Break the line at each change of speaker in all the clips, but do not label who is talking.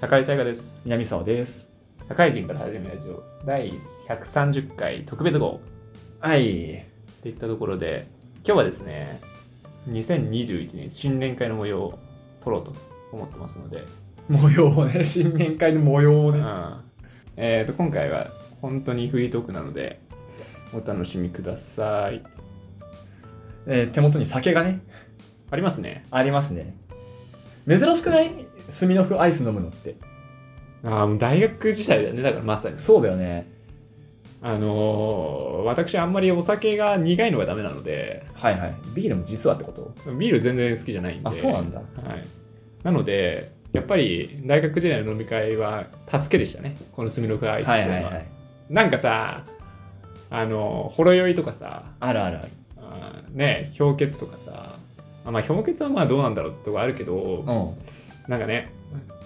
社会大河です
南沢です。
社会人から始めるラジオ第130回特別号
はい。
っていったところで今日はですね2021年新年会の模様を撮ろうと思ってますので、
模様をね、 新年会の模様を
う
ね。
んえー、と今回は本当にフリートークなのでお楽しみください
えー手元に酒がね、
ありますね
ありますね。珍しくないスミノフアイス飲むのって。
あーもう大学時代だねだからまさに
そうだよね。
あのー私あんまりお酒が苦いのがダメなので
はいはい。ビールも実はってこと
ビール全然好きじゃないんで
あ、そうなんだ。
はい、なのでやっぱり大学時代の飲み会は助けでしたねこのスミロクアイスって
は
いう
い
の
は
は,、
いはい。
なんかさあのほろ酔いとかさ
あるあるある。
あーね氷結とかさあまあ氷結はまあどうなんだろうとかあるけど
うん。
なんかね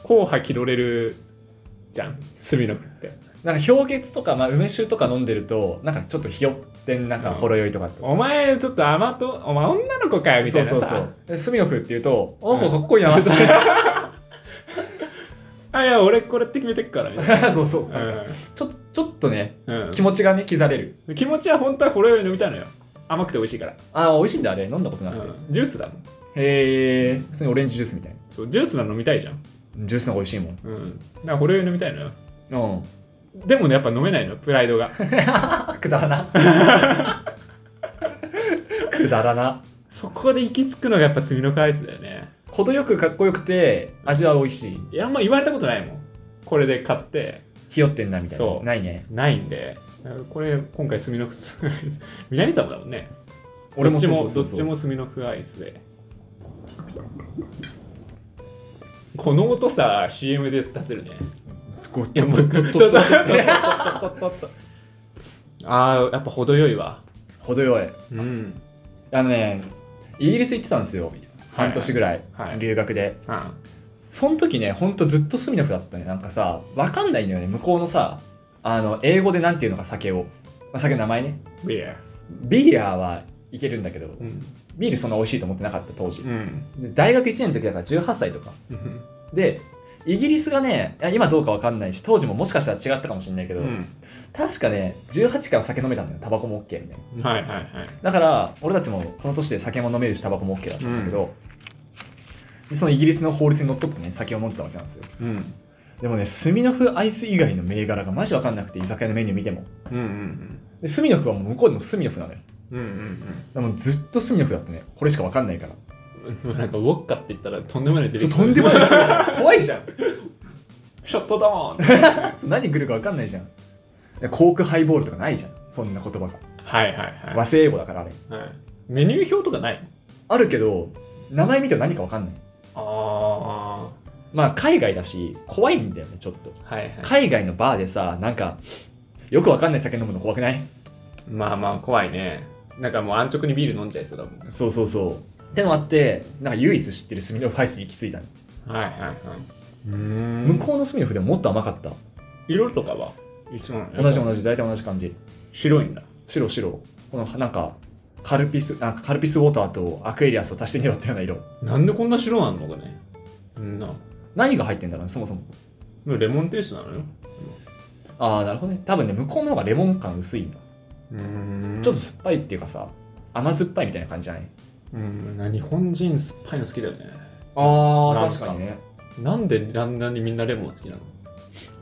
硬派気取れるじゃんスミロクって
なんか氷結とか、まあ、梅酒とか飲んでると、なんかちょっとひよってん、なんかほろ酔いとかって。
お前ちょっと甘とお前女の子かよみた
そ
いうなさ
そうそう。でスミノフって言うと、お
うん
かっこいいなって。
あいや俺これって決めてっからみたいな
そうそう。 ちょっと、ちょっとね、
うん、
気持ちがね、刻れる。
うん、気持ちは本当はほろ酔い飲みたいのよ甘くて美味しいから
あー、美味しいんだ、あれ。飲んだことなくて。
ジュースだもん
へえ普通にオレンジジュースみたいな
そうジュースなの飲みたいじゃん
ジュースの方が美味しいも
うんだからほろ酔い飲みたいのよ
んうん
でもねやっぱ飲めないのプライドが
くだらな くだらな
そこで行き着くのがやっぱスミノカアイスだよね
程よくかっこよくて味は美味しい
いやあんま言われたことないもんこれで買って
ひよってんなみたいな
そう
ないね
ないんでだからこれ今回スミノフ南さんもだもんね
俺も
どっちも
そうそうそうそう
どっちもスミノフアイスでこの音さ CM で出せるね
こう
いやもう
とっとっとっと
ああやっぱ程よいわ
程よい
うん
あのねイギリス行ってたんですよ半年ぐらい、
はい
留学で
あ
その時ねほんとずっとスミノフだったねなんかさわかんないんだよね向こうのさあの英語でなんて言うのか酒を、まあ、酒の名前ね
ビア
ビーラーはいけるんだけど、
うん
ビールそんな美味しいと思ってなかった当時
う、ん
で大学1年の時だから18歳とか
うん
でイギリスがねいや今どうかわかんないし当時ももしかしたら違ったかもしれないけど、確かね18から酒飲めたんだよタバコも OK みたいな
はいはいはい
だから俺たちもこの年で酒も飲めるしタバコも OK だったんだけど、でそのイギリスの法律にのっとってね酒を飲んでたわけなんですよ
うん
でもねスミノフアイス以外の銘柄がマジわかんなくて居酒屋のメニュー見ても
うんうん
でスミノフはもう向こうでもスミノフなのよ
うんうん
でもうずっとスミノフだったねこれしかわかんないから
うんなんかウォッカって言ったらとんでもない出
そ
て
う
きた
とんでもない店じ ゃん怖いじゃん
ショットドーン
何来るか分かんないじゃんコークハイボールとかないじゃんそんな言葉が
はいはいはい
和製英語だからあれ
はいメニュー表とかない
あるけど名前見ても何か分かんない
あ
まあ海外だし怖いんだよねちょっと
あはいはい
海外のバーでさなんかよく分かんない酒飲むの怖くない
まあまあ怖いねなんかもう安直にビール飲んじゃいそうだもんはい
そうそうそうってのもあってなんか唯一知ってるスミノフアイスに行き着いたの、
はいはいうーん
向こうのスミノフでももっと甘かった
色とかは一緒なの
同じ同じ大体同じ感じ
白いんだ
白白このなんかカルピスなんかカルピスウォーターとアクエリアスを足してみようってような色
なんでこんな白なんのかねうんな
何が入ってんだろうねそもそも
レモンテイストなのよ
ああなるほどね多分ね向こうの方がレモン感薄いんだ、
うーん
ちょっと酸っぱいっていうかさ甘酸っぱいみたいな感じじゃない
うんな日本人酸っぱいの好きだよね
あ
確かに
ね
なんであんなにみんなレモン好きなの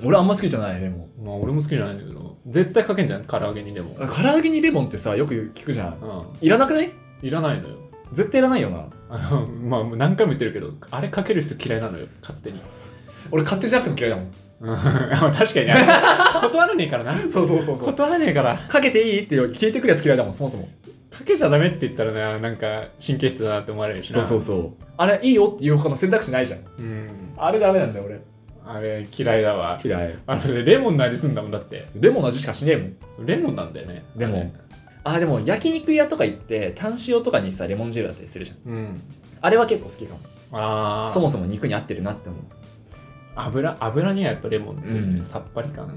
俺あんま好きじゃないレモン
まあ俺も好きじゃないんだけど絶対かけんじゃん唐揚げにレモンう
唐揚げにレモンってさよく聞くじゃん
ん
いらなくない
いらないのよ
絶対いらないよな
あのまあもう何回も言ってるけどあれかける人嫌いなのよ勝手に
俺勝手じゃなくても嫌いだもん
うん 確かにあれ断らねえからな
そうそうそうそう
断らねえから
かけていいって聞いてくるやつ嫌いだもんそもそも
かけちゃダメって言ったらななんか神経質だなって思われるし
そ
な
うそうそうあれいいよっていう他の選択肢ないじゃん
うん
あれダメなんだよ俺
あれ嫌いだわ
嫌い
あのねレモンの味すんだもんだって
レモンの味しかしねえもん
レモンなんだよね
レモンあーでも焼肉屋とか行ってタン塩とかにさレモン汁だったりするじゃ
あ
ん
れうん
あれは結構好きかも
ああ
そもそも肉に合ってるなって思う
油油にはやっぱレモンっていうね、
うん
さっぱり感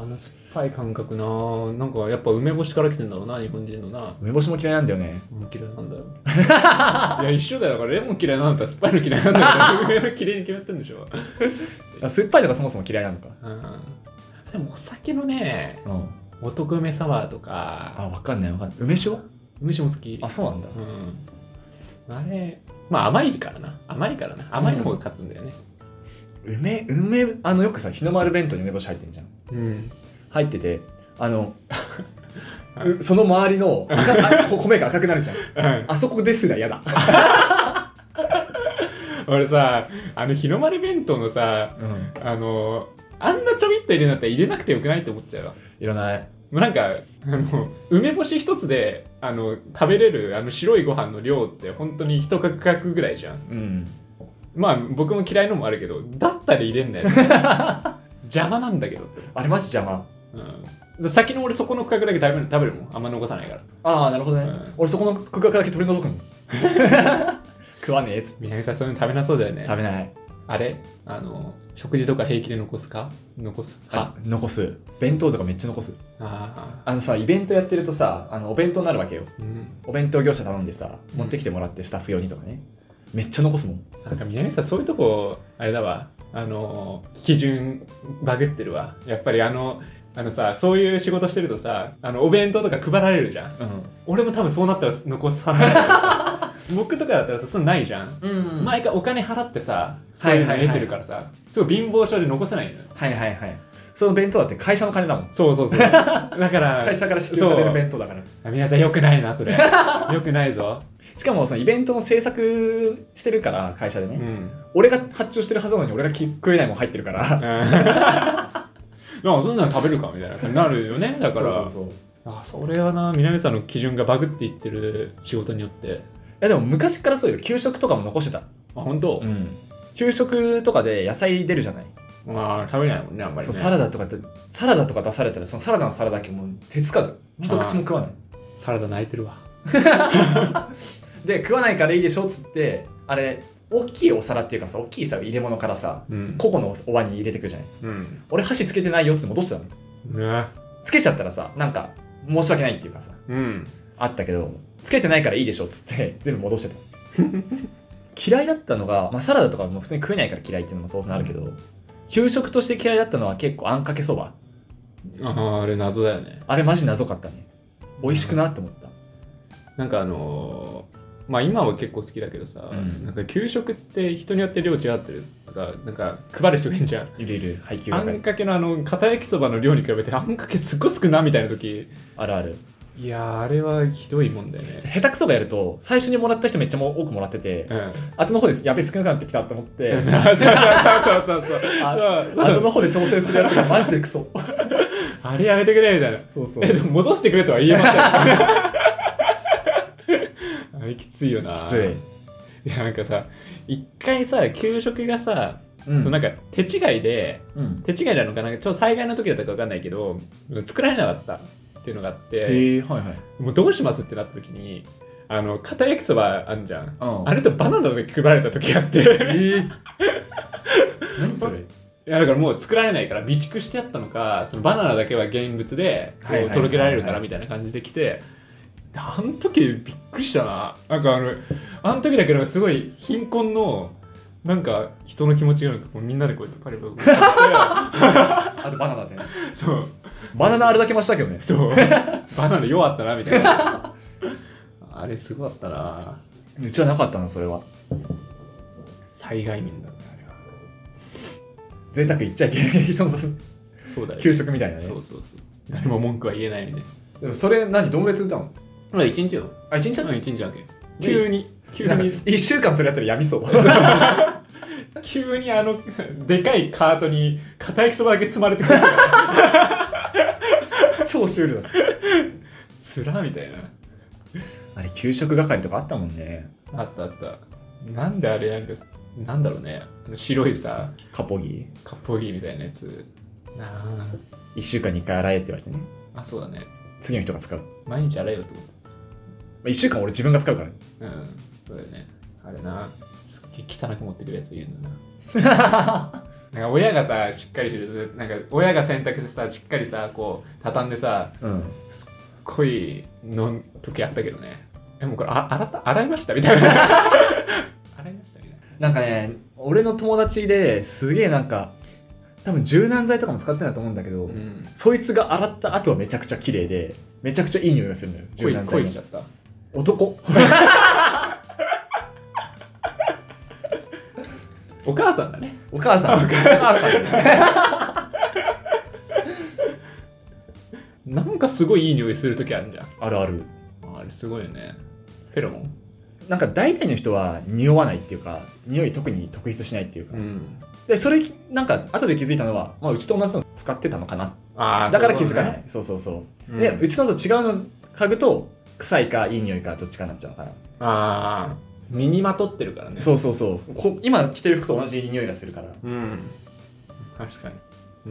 あの酸っぱい感覚なぁなんかやっぱ梅干しから来てんだろうな日本人のな
梅干しも嫌いなんだよね
うん嫌いなんだよ いや一緒だよだからレモン嫌いなんだったら酸っぱいの嫌いなんだから梅は嫌いに決まってんでしょで
あ。酸っぱいとかそもそも嫌いなのか。
うん。でもお酒のね、
うん。
お得梅サワーと
あ、
か、
わかんないわかんない。梅酒
梅酒も好き。
あ、そうなんだ。
うん。あれ、まあ甘いからな。甘いからな。甘いの方が勝つんだよね。
梅、梅、あの、よくさ、日の丸弁当に梅干し入ってんじゃん。
うん。
入ってて、あ の、
はい
うんその周りの赤あこ米が赤くなるじゃん。
うん
あそこですら嫌だ。
俺さ、あの日の丸弁当のさ、
うん。
あの、あんなちょびっと入れるんだったら入れなくてよくないって思っちゃうわ。
いらない。
もうなんかあの梅干し一つであの食べれるあの白いご飯の量って本当に一かくぐらいじゃん
うん。
まあ僕も嫌いのもあるけどだったら入れん だよ、ね、邪魔なんだけど、
あれマジ邪魔。
うん、先の俺そこの区画だけ食べる食べるもんあんま残さないから
ああ、なるほどね。
うん
俺そこの区画だけ取り除くの。 食わねえっつって。
南さんそういうの食べなそうだよね
食べない。
あれあの食事とか平気で残すか残す
は
か
残す。弁当とかめっちゃ残す。
ああ
あのさ、イベントやってるとさ、あのお弁当になるわけよ。
うん
お弁当業者頼んでさ、
うん
持ってきてもらってスタッフ用にとかね。めっちゃ残すもん。
なんか南さんそういうとこあれだわあの基準バグってるわやっぱりあのあのさそういう仕事してるとさあのお弁当とか配られるじゃん
うん。
俺も多分そうなったら残さないから さ僕とかだったらさそんなないじゃん、
うんはい
毎回お金払ってさそういうの得てるからさ、すごい貧乏症で残せないのよ
はいはい。その弁当だって会社の金だもん。
そうそうそう だから
会社から支給され
そ
る
う
弁当だから。
あ皆さんよくないな それよくないぞ
しかもそのイベントの制作してるから会社でね、
う ん
俺が発注してるはずなのに俺がき食えないもん入って るから
うんなんかそんなの食べるかみたいな感じになるよねだ
だ
か
かららそうそうそ
あ
うい
それはな南さんの基準がバグっていってる仕事によって
やでも昔からそうよ給食とかも残してた、
あ本当、
ん、給食とかで野菜出るじゃない、
まあ食べないもんねあんまり
そう
ね
サラダとかってサラダとか出されたらそのサラダのサラダだけもう手つかず一口も食わない
サラダ泣いてるわ
で食わないからいいでしょっつってあれ大きいお皿っていうかさ大きいさ入れ物からさ
うん
個々のお椀に入れてくるじゃない
うん
俺箸つけてないよっつって戻してたの
ね
つけちゃったらさなんか申し訳ないっていうかさ
うん
あったけどつけてないからいいでしょっつって 全部戻してた嫌いだったのが、まあ、サラダとかも普通に食えないから嫌いっていうのも当然あるけど、給食として嫌いだったのは結構あんかけそば
あーあれ謎だよね
あれマジ謎かったね美味しくなって思った
なんかあのーまあ今は結構好きだけどさ、
うん
なんか給食って人によって量違ってるとかなんか配る人がいるじゃん
ゆるゆる配給
あ
係
んかけのあの片焼きそばの量に比べてあんかけすっごい少なみたいな時
あるある
いやーあれはひどいもんだよね
下手くそがやると最初にもらった人めっちゃもう多くもらってて
うん
後の方ですやべ少なくなってきたと思って
そうそうそうそうそう
あ
そうそう
後の方で調整するやつがマジでクソ
あれやめてくれみたいな。
そうそう
え、でも戻してくれとは言えま せん。あれきついよな。
きつい。
いや、なんかさ、一回さ、給食がさ、
うん
そのなんか手違いで、
うん
手違いなのかな、ちょっと災害の時だったかわかんないけど、作られなかったっていうのがあって、
へえはいはい
もうどうしますってなった時に、あの、片焼きそばあんじゃん。
うん
あれとバナナで配られた時があって、
えー何それ
いやだからもう作られないから備蓄してあったのかそのバナナだけは現物でこ
はいはいう
届けられるか
は
ら
い
みたいな感じで来てであの時びっくりしたななんかあのあの時だけどすごい貧困のなんか人の気持ちがなんかこうみんなでこうやってパリパリこうやっ
あとバナナでね
てそう
バナナあれだけ増したけどね。
そうバナナ弱ったなみたいなあれすごかったな
うちはなかったな、それは。
災害民だったあれは
贅沢言っちゃいけない人の
そうだよ
給食みたいなね。
そうそうそう誰も文句は言えないみたいな
でもそれ何、どんぐらい続いたの
まあ一日よ
あ、一日だ
一日だけ急に急
なんか
に
一週間それやったらやみそう。 あ
急にあの でかいカートに片焼きそばだけ積まれてくる
超シュールだ。
つらみたいな
あれ、給食係とかあったもんね。
あったあったなんであれなんかなんだろうねあの白いさ
カポギ。
カッポギーみたいなやつなあ
一週間に一回洗えって言われてね。
あそうだね
次の人が使う。ま
毎日洗えよと思っ
あ一週間俺自分が使うからね。
たうんそうだよねあれなすっげえ汚く持ってくるやついるんだななんか親がさしっかりしてるなんか親が洗濯してさしっかりさこう畳んでさ
うん。
恋の時あったけどねえもうこれあ洗った洗いましたみたいな 洗いましたみたいな
なんかね、俺の友達ですげえなんか、多分柔軟剤とかも使ってないと思うんだけど、
うん、
そいつが洗った後はめちゃくちゃ綺麗でめちゃくちゃいい匂いがするのよ柔
恋
軟剤
恋
の
しちゃった
男
お母さんだね
お母 さんお母
なんかすごいいい匂いする時あるじゃん
さん あるある
あれすごいよねフェロモン
なんか大体の人は匂わないっていうか匂い特に特筆しないっていうか、
ん
でそれなんか後で気づいたのは、まあ、うちと同じの使ってたのかな
ああ
だから気づかないそうそうそう
うん
でうちのと違うの嗅ぐと臭いかいい匂いかどっちかになっちゃうのかな、
ああ身にまとってるからね
そうそうそうこ今着てる服と同じ匂いがするから
うん確かに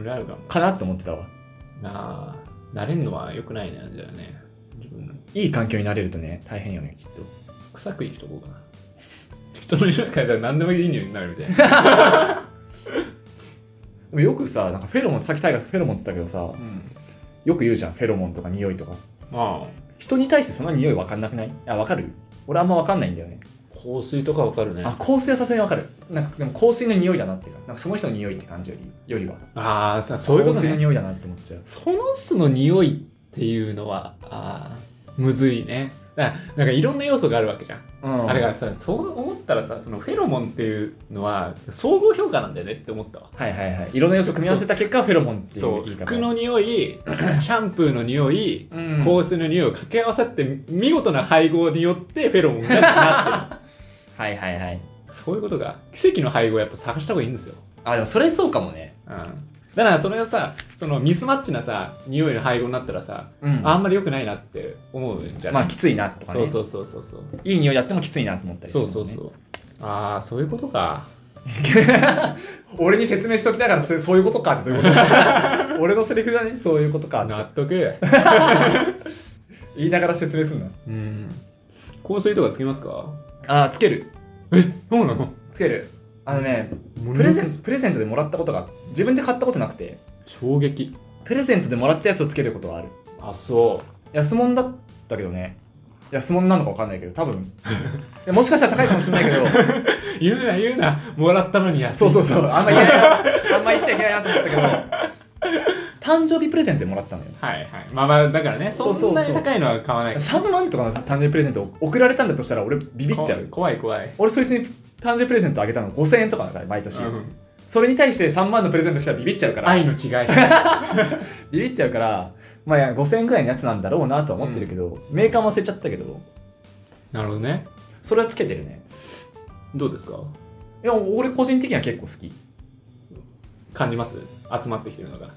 裏あるかも
かなって思ってたわ
なあ慣れんのは良くないねじゃあね自分の
いい環境になれるとね大変よねきっと
臭く生きとこうかな人の匂い嗅いだら何でもいい匂いになるみたい な、
でもよくさなんかフェロモンさっきタイガースフェロモンって言ったけど
う
さ
ん、
よく言うじゃんフェロモンとか匂いとか
まあ
人に対してそんな匂い分かんなくないあ分かる俺あんま分かんないんだよね
香水とかわかるね
あ香水はさすがに分かるなんかでも香水の匂いだなっていうかなんかその人の匂いって感じよりよりは
ああさそういうこと
香水の
ね
匂いだなって思っちゃう
その人の匂いっていうのはあーむずいねだからなんかいろんな要素があるわけじゃん
うん
あれがさそう思ったらさそのフェロモンっていうのは総合評価なんだよねって思ったわ
はいはいはいいろんな要素組み合わせた結果フェロモンってい
そうう
言い方
服の匂 いシャンプーの匂い
うん
香水の匂いを掛け合わさって見事な配合によってフェロモンがなっ て
はいはいはい
るそういうことが奇跡の配合をやっぱ探した方がいいんですよ、
あでもそれそうかもね
うん、だからそれがさそのミスマッチなさ匂いの配合になったらさ、
うん
あ
あ
んまり良くないなって思うんじゃな
ま
い、
あきついなとかね
そうそうそうそうそう
いい匂いやってもきついなと思ったりす
そ
る
うそうそうああそういうことか
俺に説明しときながらそそういうことかってどういうこと 俺のセリフだねそういうことかって
納得
言いながら説明すんの
うん香水とかつけますか
ああつける
えそうなの
つけるあのね
プ
プレゼンプレゼントでもらったことが自分で買ったことなくて
衝撃
プレゼントでもらったやつをつけることはある
あそ
安物だったけどね安物なのか分かんないけど多 分いやもしかしたら高いかもしれないけど
う言うな言うなもらったのに安い
そうそうそう、あんま言えないな、あんま言っちゃいけないなと思ったけど、誕生日プレゼントでもらったのよ。
はいはいまあまあだからね
そ
そ
うん
な
そ
に
うそう
高いのは買わない
3万とかの誕生日プレゼントを送られたんだとしたら、俺、ビビっちゃう。
怖い怖い
俺、そいつに誕生日プレゼントあげたの5000円とかだから、毎年。
うん
それに対して3万のプレゼント来たらビビっちゃうから、
愛の違い
ビビっちゃうから、まあいや、5000円くらいのやつなんだろうなとは思ってるけど、メーカーも忘れちゃったけど、
なるほどね
それはつけてるね。
どうですか
いや、俺、個人的には結構好き。
感じます集まってきてるのが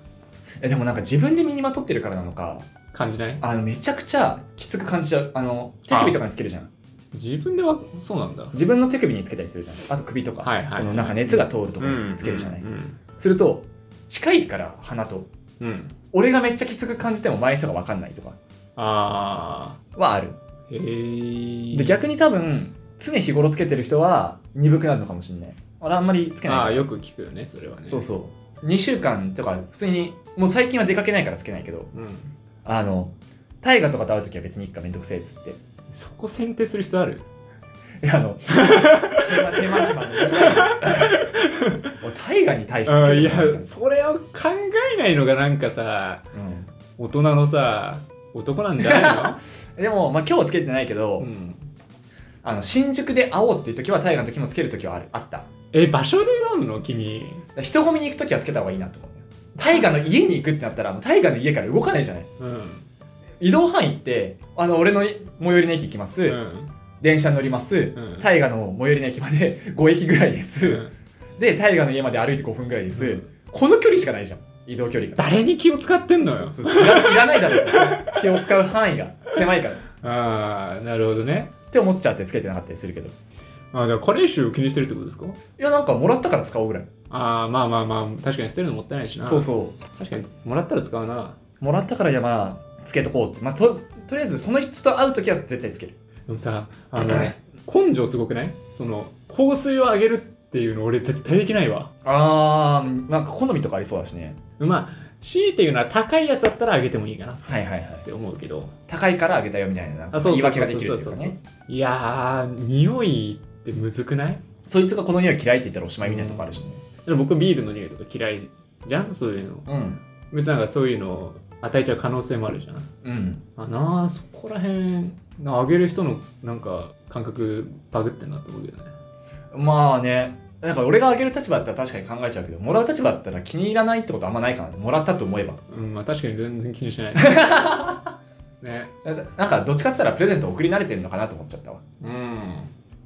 えでもなんか自分で身にまとってるからなのか、
感じない
あのめちゃくちゃきつく感じちゃう。あの、手首とかにつけるじゃん。
自分ではそうなんだ
自分の手首につけたりするじゃないあと首とか、
はいはい
このなんか熱が通るところにつけるじゃない、
うん
すると近いから鼻と
うんうん
俺がめっちゃきつく感じても周りの人が分かんないとか
あ
はある
ーへえ
で逆に多分常日頃つけてる人は鈍くなるのかもしれない俺あんまりつけない
あ
か
あ
ら
よく聞くよねそれはね
そうそう2週間とか普通にもう最近は出かけないからつけないけど
う、うん、
あの大河とかと会う時は別にいっかめんどくせえっつって
そこ選定する必要ある
いやあの手間手間手 間のもう大河に対してつけ
あ
て
い
る
や
からなんか
それを考えないのがなんかさ
うん
大人のさ男なんじゃ ない
でも、まあ、今日はつけてないけど、
の、うん、
あの新宿で会おうっていう時は大河の時もつける時はあるあっただか
え場所で選ぶの君
ら人混みに行く時はつけた方がいいなと思う大河の家に行くってなったらもう大河の家から動かないじゃない
うん、
移動範囲ってあの俺の最寄りの駅行きます、
うん
電車乗ります
うん
大河、の最寄りの駅まで 5駅ぐらいです、
うん
で大河の家まで歩いて5分ぐらいです、
うん
この距離しかないじゃん移動距離が
誰に気を使ってんの
そ
よ
うそういらいらないだろう気を使う範囲が狭いからっ
ああなるほどね
て思っちゃってつけてなかったりするけどい
あだから加齢臭を気にしてるってことですか
やなんかもらったから使おうぐらい
ああまあまあまあ確かに捨てるのもったいないしな
そうそう
確かにもらったら使うな
もらったからじゃあまあつけとこうって、まあ、ととりあえずその人と会う時は絶対つける
でもさあの根性すごくないその香水をあげるっていうの俺絶対できないわ
あーなんか好みとかありそうだしね
まあ C っていうのは高いやつだったらあげてもいいかなっ
はいはいはい
て思うけど
高いからあげたよみたいななんか言い訳ができるっていうかね
そうそうそうそういやー匂いってむずくない
そいつがこの匂い嫌いって言ったらおしまいみたいなとこあるしね
でも僕ビールの匂いとか嫌いじゃんそういうの
うん
別になんかそういうのを与えちゃう可能性もあるじゃん
うん
あなあそこら辺なあげる人のなんか感覚バグってんなと思うけどね
まあねなんか俺があげる立場だったら確かに考えちゃうけどもらう立場だったら気に入らないってことあんまないかなもらったと思えば
うんまあ確かに全然気にし ないね
ななんかどっちかって言ったらプレゼント送り慣れてるのかなと思っちゃったわ
うん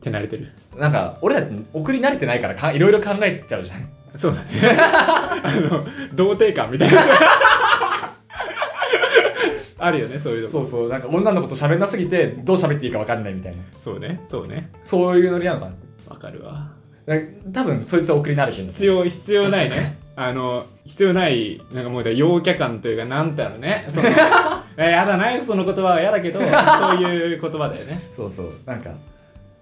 手慣れてる
なんか俺らって送り慣れてないからかいろいろ考えちゃうじゃん
そうだね あの童貞感みたいな あるよねそういうと
そ
こ
うそうなんか女の子と喋んなすぎてどう喋っていいか分かんないみたいな
そうねそうね
そういうノリなのかな
わかるわ
なんか多分そいつは送り慣れてるの
必要必要ないねあの必要ないなんかもうだ陽キャ感というかなんだろうね そのえやだなその言葉は嫌だけどそういう言葉だよね
そうそうなんか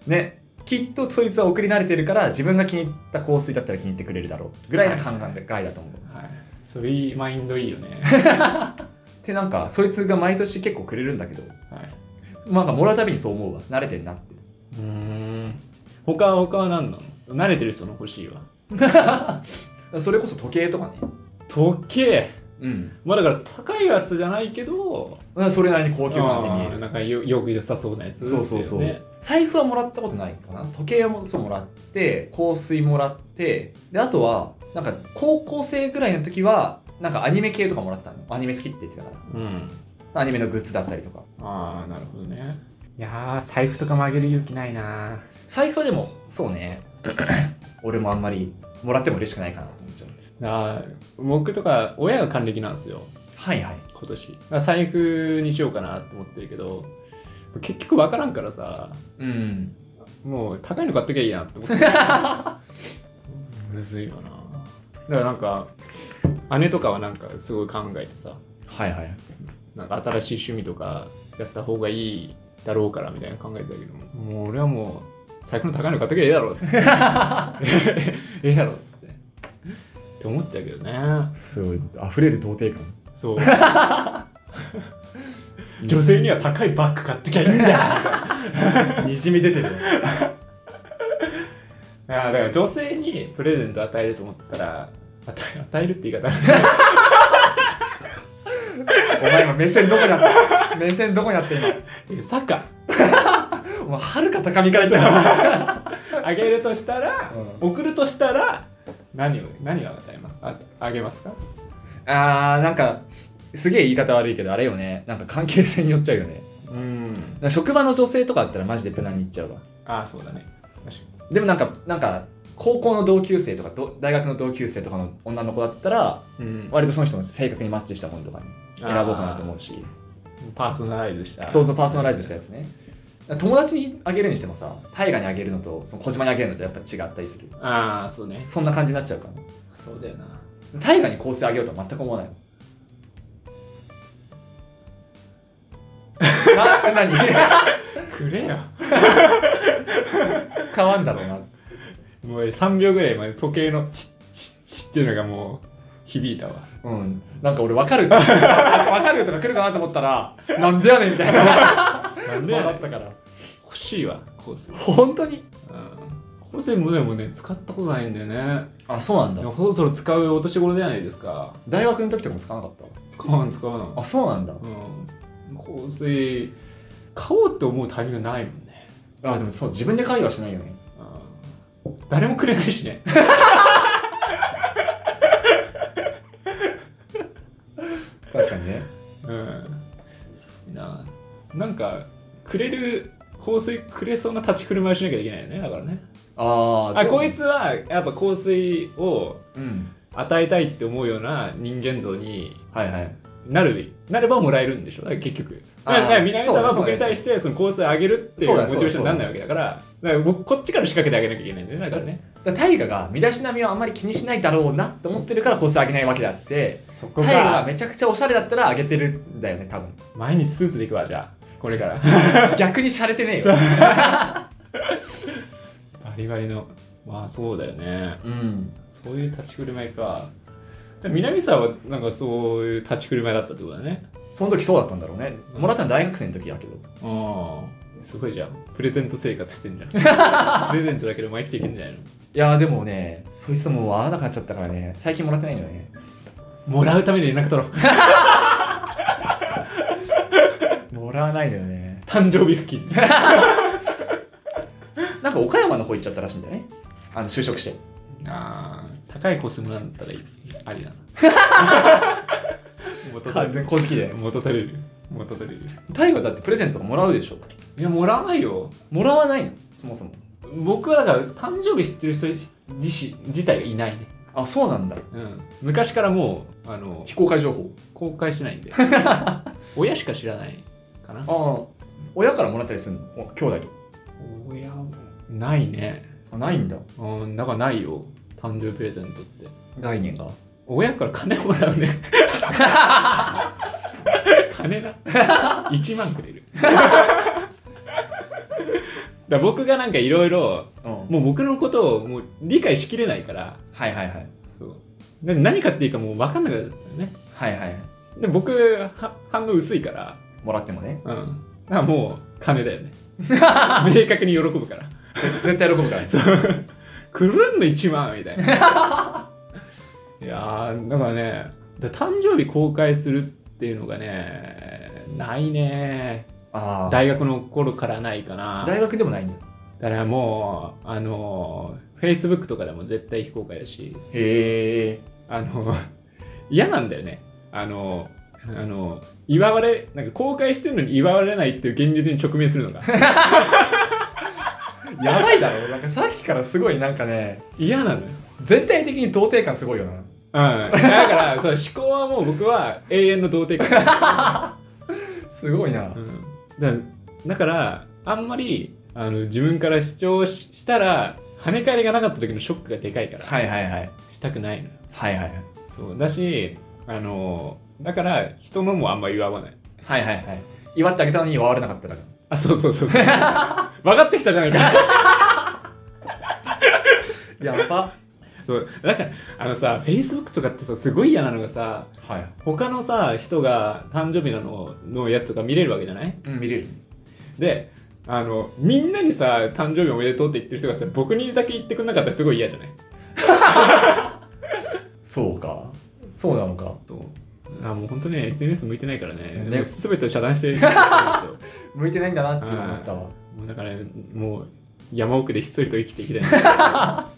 ねきっとそいつは送り慣れてるから自分が気に入った香水だったら気に入ってくれるだろうぐらいの考えだと思う
はいそういうマインドいいよね
でなんかそいつが毎年結構くれるんだけど
はい
なんかもらうたびにそう思うわ慣れてんなって
うーん他は他は何なの慣れてる人の欲しいわ
それこそ時計とかね
時計
うん
まあだから高いやつじゃないけど
それなりに高級感で見え
あー
る
なんかよよく良さそうなやつ
そうそうそう、
だよね
財布はもらったことないかな時計もそうもらって香水もらってであとはなんか高校生ぐらいの時はなんかアニメ系とかもらってたのアニメ好きって言ってたか
うん
らアニメのグッズだったりとか
ああなるほどねいやー財布とかもあげる勇気ないな
財布はでもそうね 俺もあんまりもらっても嬉しくないかなと思っちゃう
あー僕とか親が還暦なんですよ
はいはい
今年だから財布にしようかなと思ってるけど結局分からんからさ
うん
もう高いの買っときゃいいやって思ってむずいよなだからなんか姉とかはなんかすごい考えてさ
はいはい
なんか新しい趣味とかやった方がいいだろうからみたいな考えてたけどももう俺はもう財布の高いの買っときゃいいだろうってええだろうっつってって思っちゃうけどね
すごい溢れる童貞感
そう女性には高いバッグ買ってきゃいいんだよ
にじみ出てる
ああだから女性にプレゼント与えると思ったら与え与えるって言い方
お前今目線どこにあ った目線どこにあった今
サッカ
お前はるか高みからいったな
ーあげるとしたら送るとしたら何を何を与えますああげますか
あーなんかすげえ言い方悪いけどあれよねなんか関係性によっちゃうよね
うん
なんか職場の女性とかだったらマジで無難にいっちゃうわ
ああそうだね確か
でもなんかなんか高校の同級生とかど大学の同級生とかの女の子だったら
に、うん
割とその人の性格にマッチした本とかに選ぼうかなと思うし
パーソナライズした
そうそうパーソナライズしたやつね友達にあげるにしてもさ大河にあげるのとその小島にあげるのとやっぱ違ったりする
ああそうね
そんな感じになっちゃうか
そうだよな
ら大河に構成あげようとは全く思わない な何
くれよ
使わんだろうな
もう3秒ぐらい前時計のチッチッチッっていうのがもう響いたわ
うん、なんか俺分かる 分かるとか来るかなと思ったらなんでやねんみたいな
なん
まあだったから
欲しいわ香水
本当に
香水もでもね使ったことないんだよね
あそうなん
でもそろそろ使うお年頃じゃないですか
大学の時とかも使わなかっ
使わん使わん
たあそうなんだ
うん香水買おうって思うタイミングないもんね
あでもそう自分で会話しないよね
うん誰もくれないしね
確かにね
うんすごいななんかくれる香水くれそうな立ち振る舞いをしなきゃいけないよねだからね
あー
あこい、つはやっぱ香水を
うん、
与えたいって思うような人間像に
はいはい
なるべなればもらえるんでしょだから結局
あ
だ
ー
から南さんは
そうだそう
僕
だ
に対してその香水あげるってい
そう
う
だ
モチベーションにならないわけだからだから僕こっちから仕掛けてあげなきゃいけないんだよねだからね
だから大河が身だしなみをあんまり気にしないだろうなって思ってるから香水あげないわけであって
そこ
大河が
が
めちゃくちゃおしゃれだったらあげてるんだよね多 分
毎日スーツで行くわじゃあこれから
逆に洒落てねえ
そう
よ、
バリバリのまあそうだよね
うん、
そういう立ち振る舞いかで南さんはなんかそういう立ち振る舞いだったってことだね
その時そうだったんだろうねもらったの大学生の時だけど
うんすごいじゃんプレゼント生活してん じゃんプレゼントだけで毎生きていけんじゃないの
いやーでもね、そいつともう会わなくなっちゃったからね、最近もらってないのよね。
もらうために連絡取ろう
もらわないのよね
誕生日付近
なんか岡山の方行っちゃったらしいんだよねあの就職して
あー高いコスムだったらいいありだな 元取
完
れ
全
る
小きで
元取れる元取れる
太陽だってプレゼントとかもらうでしょ
いやもらわないよ
もらわないのそもそも
僕はだから誕生日知ってる人自身自体がいないね、
あそうなんだ
うん、昔からもうあの
非公開情報
公開しないんで親しか知らないかな
ああ親からもらったりするのお兄弟に
親はないね
あないんだ
うんだからないよ誕生日プレゼントって
概念が
親から金もらうね金だ1万くれるだから僕がなんかいろいろ
うんはい
もう僕のことをもう理解しきれないから
はいはい
そうな何かっていうかもう分かんなくなっちゃったよね
はいはい
で僕は反応薄いから
もらってもね
うんだからもう金だよね 明確に喜ぶから
絶対喜ぶから
くるんの1万みたいな いやーだからねだから誕生日公開するっていうのがねないね
ああ
大学の頃からないかな
大学でもないんだ
だからもうあのフェイスブックとかでも絶対非公開だし
へえ
あの嫌なんだよねあのあの祝われなんか公開してるのに祝われないっていう現実に直面するのが
やばいだろなんかさっきからすごいなんかね
嫌なのよ
全体的に童貞感すごいよな
うん、だからそう思考はもう僕は永遠の童貞感
すごいな
うん、だだからあんまりあの自分から主張ししたら跳ね返りがなかった時のショックがでかいから、
いはいはい
したくないのよ
はいはいはい
そうだしあのだから人のもあんま祝わない
はいはいはい祝ってあげたのに祝われなかったら
あそうそうそう分かってきたじゃないか
やば
そうだからあのさ Facebook とかってさすごい嫌なのがさ
はい
他のさ人が誕生日なののやつとか見れるわけじゃない
うん見れる
であのみんなにさ誕生日おめでとうって言ってる人がさ僕にだけ言ってくれなかったらすごい嫌じゃない
そうかそうなのか
とあもう本当ね SNS 向いてないから
ね
ねね全てを遮断してるそうなんですよ
向いてないんだなって思ったわ
もうだから、もう山奥でひっそりと生きていきたい
確か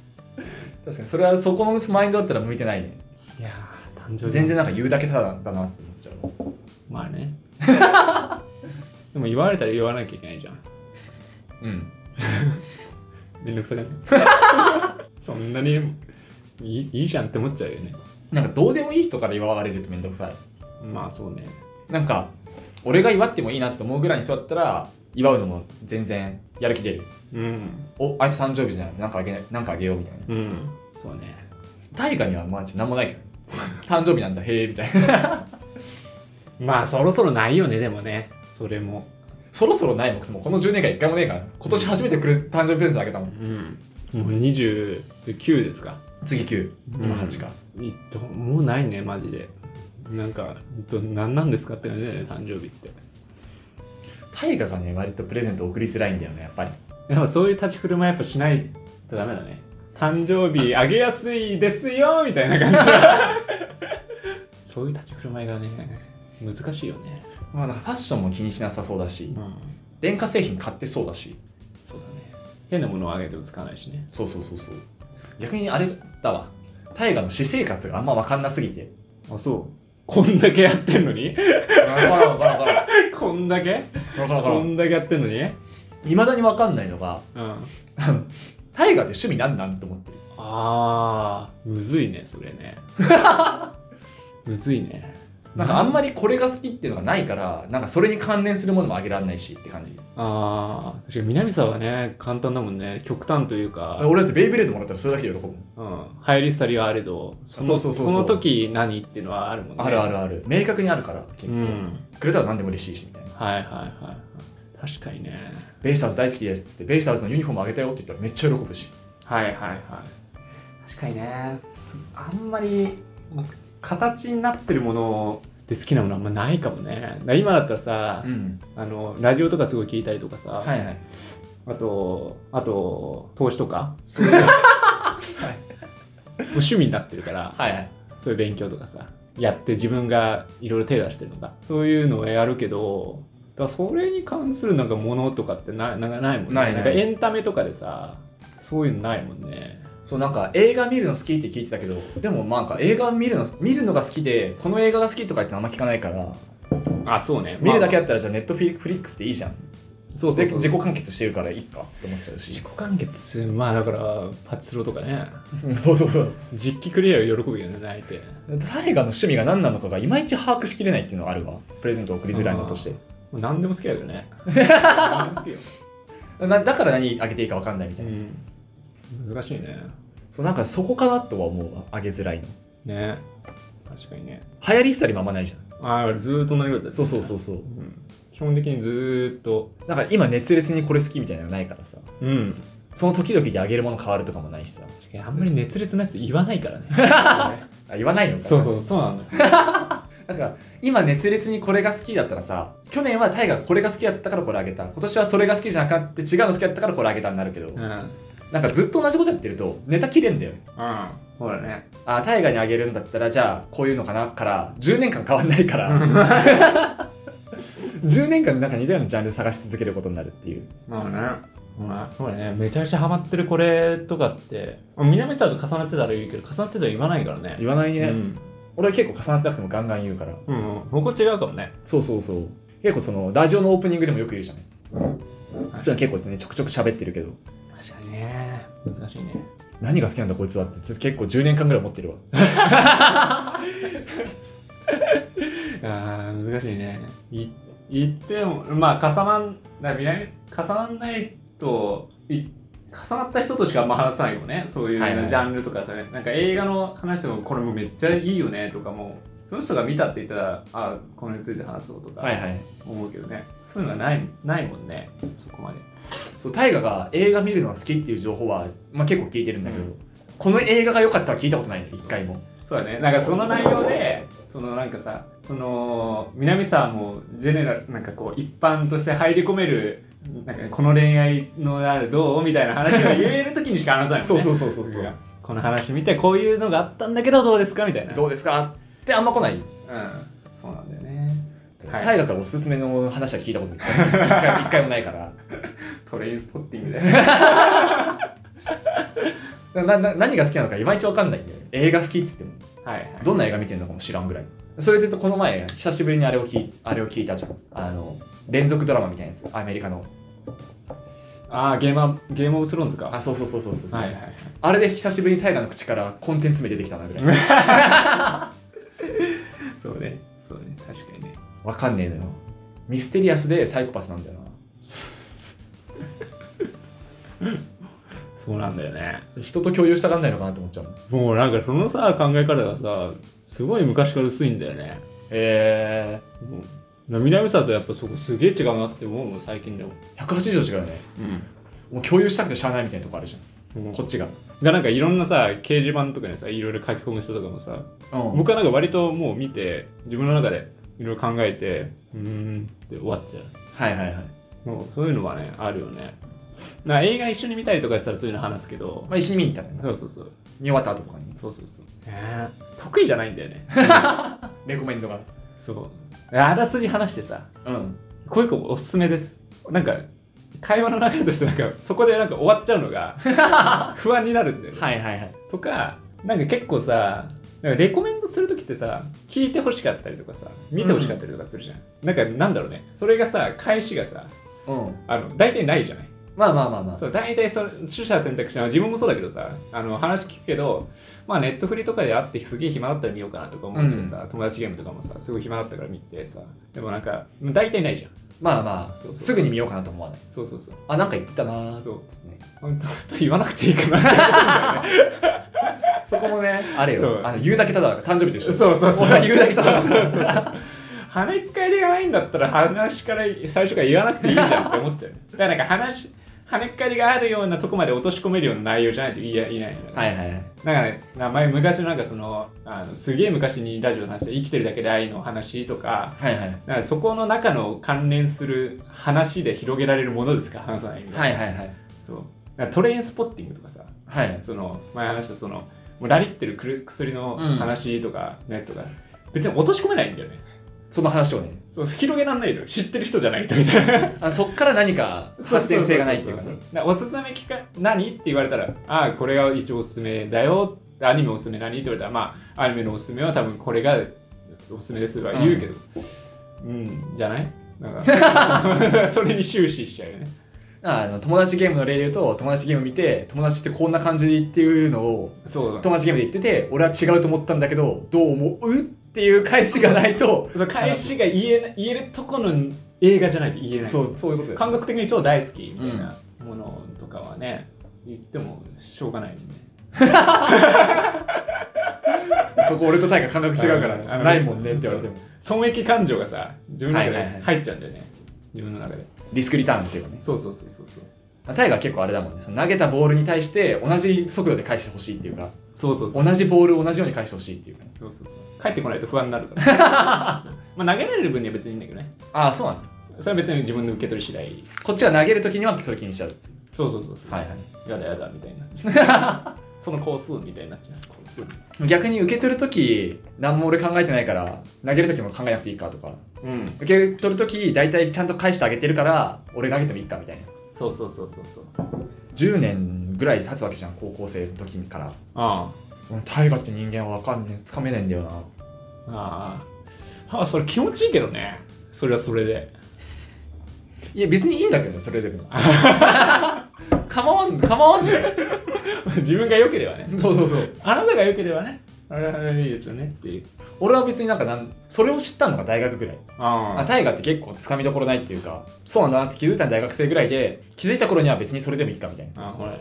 にそれはそこのマインドだったら向いてないね
いやー誕生日
全然なんか言うだけただだなって思っちゃう
まあ ねでも言われたら言わなきゃいけないじゃん
うん
めんどくさくない そんなにいいいいじゃんって思っちゃうよね
なんかどうでもいい人から祝われるとめんどくさい
まあそうね
なんか俺が祝ってもいいなって思うぐらいの人だったら祝うのも全然やる気出る
うん
おあいつ誕生日じゃないなんかあげないなんかあげようみたいな
うんそうね
大河にはまあ何もないけど誕生日なんだへえみたいな
まあそろそろないよねでもねそれも
そろそろない僕もうこの10年間一回もねえから今年初めてくれ誕生日プレゼントあげたも
うんんもう29ですか
次9今8か、
いどもうないねマジでなんかど何なんですかって感じだよね誕生日って
大河がね割とプレゼント送りづらいんだよねやっぱり
やっぱそういう立ち振る舞いやっぱしないとダメだね誕生日あげやすいですよみたいな感じ だそういう立ち振る舞いがね難しいよね
まあなんかファッションも気にしなさそうだし
うん
電化製品買ってそうだし
そうだね変なものをあげても使わないしね
そうそうそうそう逆にあれだわ大河の私生活があんま分かんなすぎて
あそうこんだけやってんのに
わからんわからんわからん
こんだけ
わからんわから
こ
ん
んだけやってんのに
いまだに分かんないのが
うん
あの大河って趣味なんなんと思ってる
あーむずいねそれ ねむずいね
なんかあん
り
まりこれが好きっていうのがないからなんかそれに関連するものもあげられないしって感じ
ああ確かに南沢はね簡単だもんね極端というか、うん、
俺だってベイブレードもらったらそれだけで喜ぶもん
流行り廃りはあれどその
そうそうそうそう
その時何っていうのはあるもんね
あるあるある明確にあるから結
う
構、
ん
くれたら何でも嬉しいしみたいな
はいはいはい確かにね
ベイスターズ大好きですっつってベイスターズのユニフォームあげたよって言ったらめっちゃ喜ぶし
はいはいはい確かにねあんまり形になってるもので好きなものあんまないかもねだから今だったらさ、
ん
あのラジオとかすごい聞いたりとかさ、
はいはい
あと、あと、投資とか、もう趣味になってるから、
はいはい
そういう勉強とかさ、やって自分がいろいろ手出してるのかそういうのをやるけどだからそれに関するなんかものとかってななんかないもんね
ないない
んかエンタメとかでさそういうのないもんね
そうなんか映画見るの好きって聞いてたけどでもなんか映画見るの見るのが好きでこの映画が好きとか言ってあんま聞かないから
あそうね
見るだけ
ま
だったらじゃあネットフリックスでいいじゃん
あそうそう
で
そう
自己完結してるからいいかって思っちゃう
自
し
己完結するまあだからパチスロとかね
そうそうそう
実機クリアを喜ぶよね泣いて
大河の趣味が何なのかがいまいち把握しきれないっていうのはあるわプレゼントを送りづらいのとして
もう何でも好きだけど ね何でも好きよ、
なだから何あげていいか分かんないみた
う
いな、
ん、難しいね
そうなんかそこかなとは思うわあげづらいの
ね確かにね
流行りしたりもあんまないじゃん
ああずーっと同じことやってる
そうそうそうそう
うん基本的にずーっと
だから今熱烈にこれ好きみたいなのがないからさ
うん
その時々であげるもの変わるとかもないしさ
確かにあんまり熱烈なやつ言わないからね
あ言わないの か
そうそうそうなのよ
なんか今熱烈にこれが好きだったらさ去年は大河がこれが好きだったからこれあげた今年はそれが好きじゃなかって違うの好きだったからこれあげたになるけど、
うんうん
なんかずっと同じことやってるとネタ切れんだよね
そうだね
あ大河にあげるんだったらじゃあこういうのかなから10年間変わんないから、10年間なんか似たようなジャンル探し続けることになるっていう
まあねまあそうだねめちゃくちゃハマってるこれとかって南沢と重なってたら言うけど重なってたら言わないからね
言わないね、
うん
俺は結構重なってなくてもガンガン言うから
うん、うん、こ違うかもね
そうそうそう結構そのラジオのオープニングでもよく言うじゃない
はい
そういうの結構ねちょくちょく喋ってるけど
確かにね難しいね
何が好きなんだこいつはってず結構10年間ぐらい思ってるわ
あー難しいねい言ってもまあ重ならんだから南重ならないとい重なった人としかあんま話さないよねそうい
はいは
う
い
ジャンルとかさ、なんか映画の話とかこれもめっちゃいいよねとかもその人が見たって言ったらあこれについて話そうとか
はいはい
思うけどね、そういうのがないないもんねそこまで
そう大河が映画見るのが好きっていう情報は、まあ、結構聞いてるんだけど、
うん
この映画が良かったは聞いたことないね一回も
そうだねなんかその内容でそのなんかさその南沢もジェネラルなんかこう一般として入り込めるなんかこの恋愛のあれどうみたいな話を言える時にしか話さないもんね
うそうそ
僕がこの話見てこういうのがあったんだけどどうですかみたいな
どうですかってあんま来ない
うんそうなんだよねはい
大河からおすすめの話は聞いたことない一 回も一回もないから
トレインスポッティン グで
なな何が好きなのかいまいち分かんないんだよね映画好きっつっても
はい、はい、
どんな映画見てるのかも知らんぐらいそれで言うとこの前久しぶりにあれを聞いあれを聞いたじゃんあの連続ドラマみたいなやつアメリカの
ああゲームゲームオブスローンズか
あそうそうそうそうそう、
はいはいはい
あれで久しぶりに大河の口からコンテンツ名出てきたなぐらい
そうねそうね確かにね
わかんねえのよミステリアスでサイコパスなんだよな
そうなんだよね
人と共有したがんないのかなって思っちゃう
もうなんかそのさ考え方がさすごい昔から薄いんだよね
え
うん、南沢とやっぱそこすげえ違うなって思うもん最近でも、
ー、180度違うねもう共有したくてしゃあないみたいなとこあるじゃ
うん
んこっちが、
がなんかいろんなさ掲示板とかにさいろいろ書き込む人とかもさ
うん、
僕はなんか割ともう見て自分の中でいろいろ考えてうーんって終わっちゃ
はいはいはい、
うもうそういうのはねあるよねなんか映画一緒に見たりとかしたらそういうの話すけど
まあ、一緒に見に行ったらね
そうそうそう
見終わった後とかに
そうそうそう、えー得意じゃないんだよね
レコメンドが
そうあらすじ話してさ
うん
こういう子もおすすめですなんか会話の流れとしてなんかそこでなんか終わっちゃうの が不安になるんだよね、
はいはいはい
とかなんか結構さなんかレコメンドする時ってさ聞いてほしかったりとかさ見てほしかったりとかするじゃん、なんかなんだろうねそれがさ返しがさ
うん
あの大体ないじゃない
まあまあまあまあ
そう大体それ取捨選択肢は自分もそうだけどさあの話聞くけどまあネットフリとかで会ってすげえ暇だったら見ようかなとか思ってさ、友達ゲームとかもさすごい暇だったから見てさでもなんか大体ないじゃん
まあまあ
そうそう
すぐに見ようかなと思わない
そうそうそう
あなんか言ってたなー
そう
つってね
本当と言わなくていいか な
そこもねあれ
そう
よあの言うだけただ誕生日と一緒
そうそうそう
俺は言うだけただ
そうそうそう話一回でがないんだったら話から最初から言わなくていいじゃんって思っちゃうだからなんか話跳ねっかりがあるようなとこまで落とし込めるような内容じゃないと言いや言えないのよ
はいはいはい
なんかね、名前昔なんかそのあのすげえ昔にラジオの話で生きてるだけで愛の話とか
はいはい
なんかそこの中の関連する話で広げられるものですか話さないみたいな、
はいはいはい
そうなんかトレインスポッティングとかさ
はい
その前話したそのもうラリってるくる薬の話とかのやつとか,、別に落とし込めないんだよね
その話をね
そう広げらんないのよ知ってる人じゃないとみたいな
あそっから何か 発展性がないっていうか
そ
ね
そそそだからおすすめ聞か何って言われたらああこれが一応おすすめだよアニメおすすめ何って言われたらまあアニメのおすすめは多分これがおすすめですは言うけどうん、じゃないなん かそれに終始しちゃうよね
あの友達ゲームの例で言うと友達ゲーム見て友達ってこんな感じっていうのを
そう
友達ゲームで言ってて俺は違うと思ったんだけどどう思うっていう返しがないと
そう返しが言えな言えるとこの映画じゃないと言えない
そうそういうことだよ
感覚的に超大好きみたいなものとかはね、言ってもしょうがないよね
そこ俺とタイが感覚違うか
あのあ
ら
の
ないもんねって言われても
損益感情がさ自分の中
はいはいは
で
い
入っちゃうんだよね、自分の中で
リスクリターンっていうかね
そうそうそうそうそう
まあタイが結構あれだもんねその投げたボールに対して同じ速度で返してほしいっていうか
そうそうそう
同じボールを同じように返してほしいっていうか、ね、
そうそうそう帰ってこないと不安になるからそう まあ投げられる分には別にいいんだけどね
ああそうなの
それは別に自分の受け取り次第
こっちは投げるときにはそれ気にしちゃう
そうそうそうそう、
はいは
やだやだみたいになっちゃう その工数みたいになっちゃう工数
い逆に受け取るとき何も俺考えてないから投げるときも考えなくていいかとか
うん
受け取るとき大体ちゃんと返してあげてるから俺投げてもいいかみたいな
そうそうそうそうそう
10年ぐらい経つわけじゃん高校生の時から
あ
俺大河って人間は分かんねえつかめないんだよな
あああああそれ気持ちいいけどねそれはそれで
いや別にいいんだけどそれでも 構わん構わんね
自分が良ければね
そうそうそう
あなたが良ければねあれはいいですよねっていう
俺は別になんかなんそれを知ったのが大学ぐらい
あ
あ大河って結構つかみどころないっていうかそうなんだなって気づいたの大学生ぐらいで気づいた頃には別にそれでもいいかみたいな
あほらね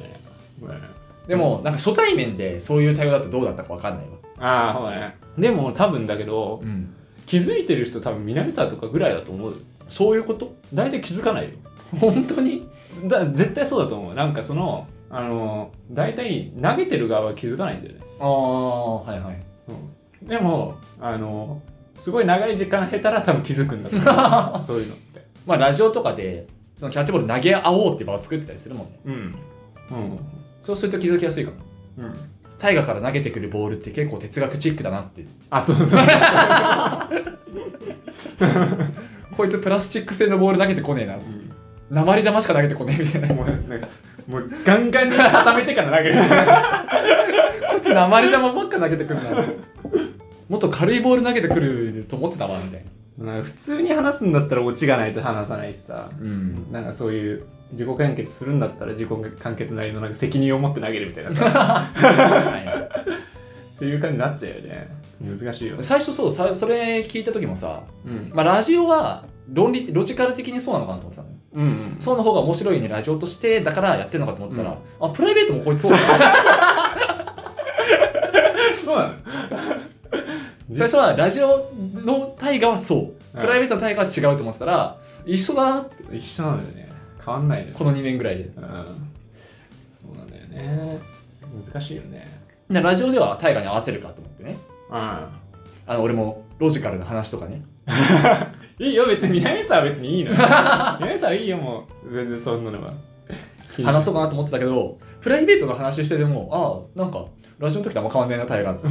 ほらね
でもなんか初対面でそういう対応だとどうだったか分かんないわ
ああほらねでも多分だけど
うん
気づいてる人多分南沢とかぐらいだと思うよ
そういうこと
大体気づかないよ
本当に
だ絶対そうだと思うなんかそのあの大体投げてる側は気づかないんだよね、
ああはいはい
うん、でもあのすごい長い時間経たら多分気づくんだと思 うそういうのって
まあラジオとかでそのキャッチボール投げ合おうって場を作ってたりするもんね
うんうん
そうすると気づきやすいかも
うん
大河から投げてくるボールって結構哲学チックだなって
あそう そう
こいつプラスチック製のボール投げてこねえな
うん
鉛玉しか投げてこねえみたいなこ
もうなんかもうガンガンに固めてから投げる
いつ鉛玉ばっか投げてくるなもっと軽いボール投げてくると思ってたわみたいな
なんか普通に話すんだったらオチがないと話さないしさ
うん
なんかそういう自己完結するんだったら自己完結なりのなんか責任を持って投げるみたいな さっていう感じになっちゃうよね難しいよね
最初そうさそれ聞いた時もさ、
うん
まあ、ラジオは論理ロジカル的にそうなのかなと思ってたのよ
うんうん
そうの方が面白いねラジオとしてだからやってるのかと思ったら、あプライベートもこいつそうだな
そうなの
最初はラジオの大河はそう、
うん
プライベートの大河は違うと思ってたら一緒だなって
一緒なんだよね変わんないのよ
この2年ぐらいで
うんそうなんだよね難しいよね
でラジオでは大河に合わせるかと思ってね
うん
あの俺もロジカルな話とかね
いいよ、別に南沢は別にいいの よ。南沢はいいよ、もう。全然そんなのは。
話そうかなと思ってたけどプライベートの話しててもああなんかラジオの時とあんま変わんないな大河って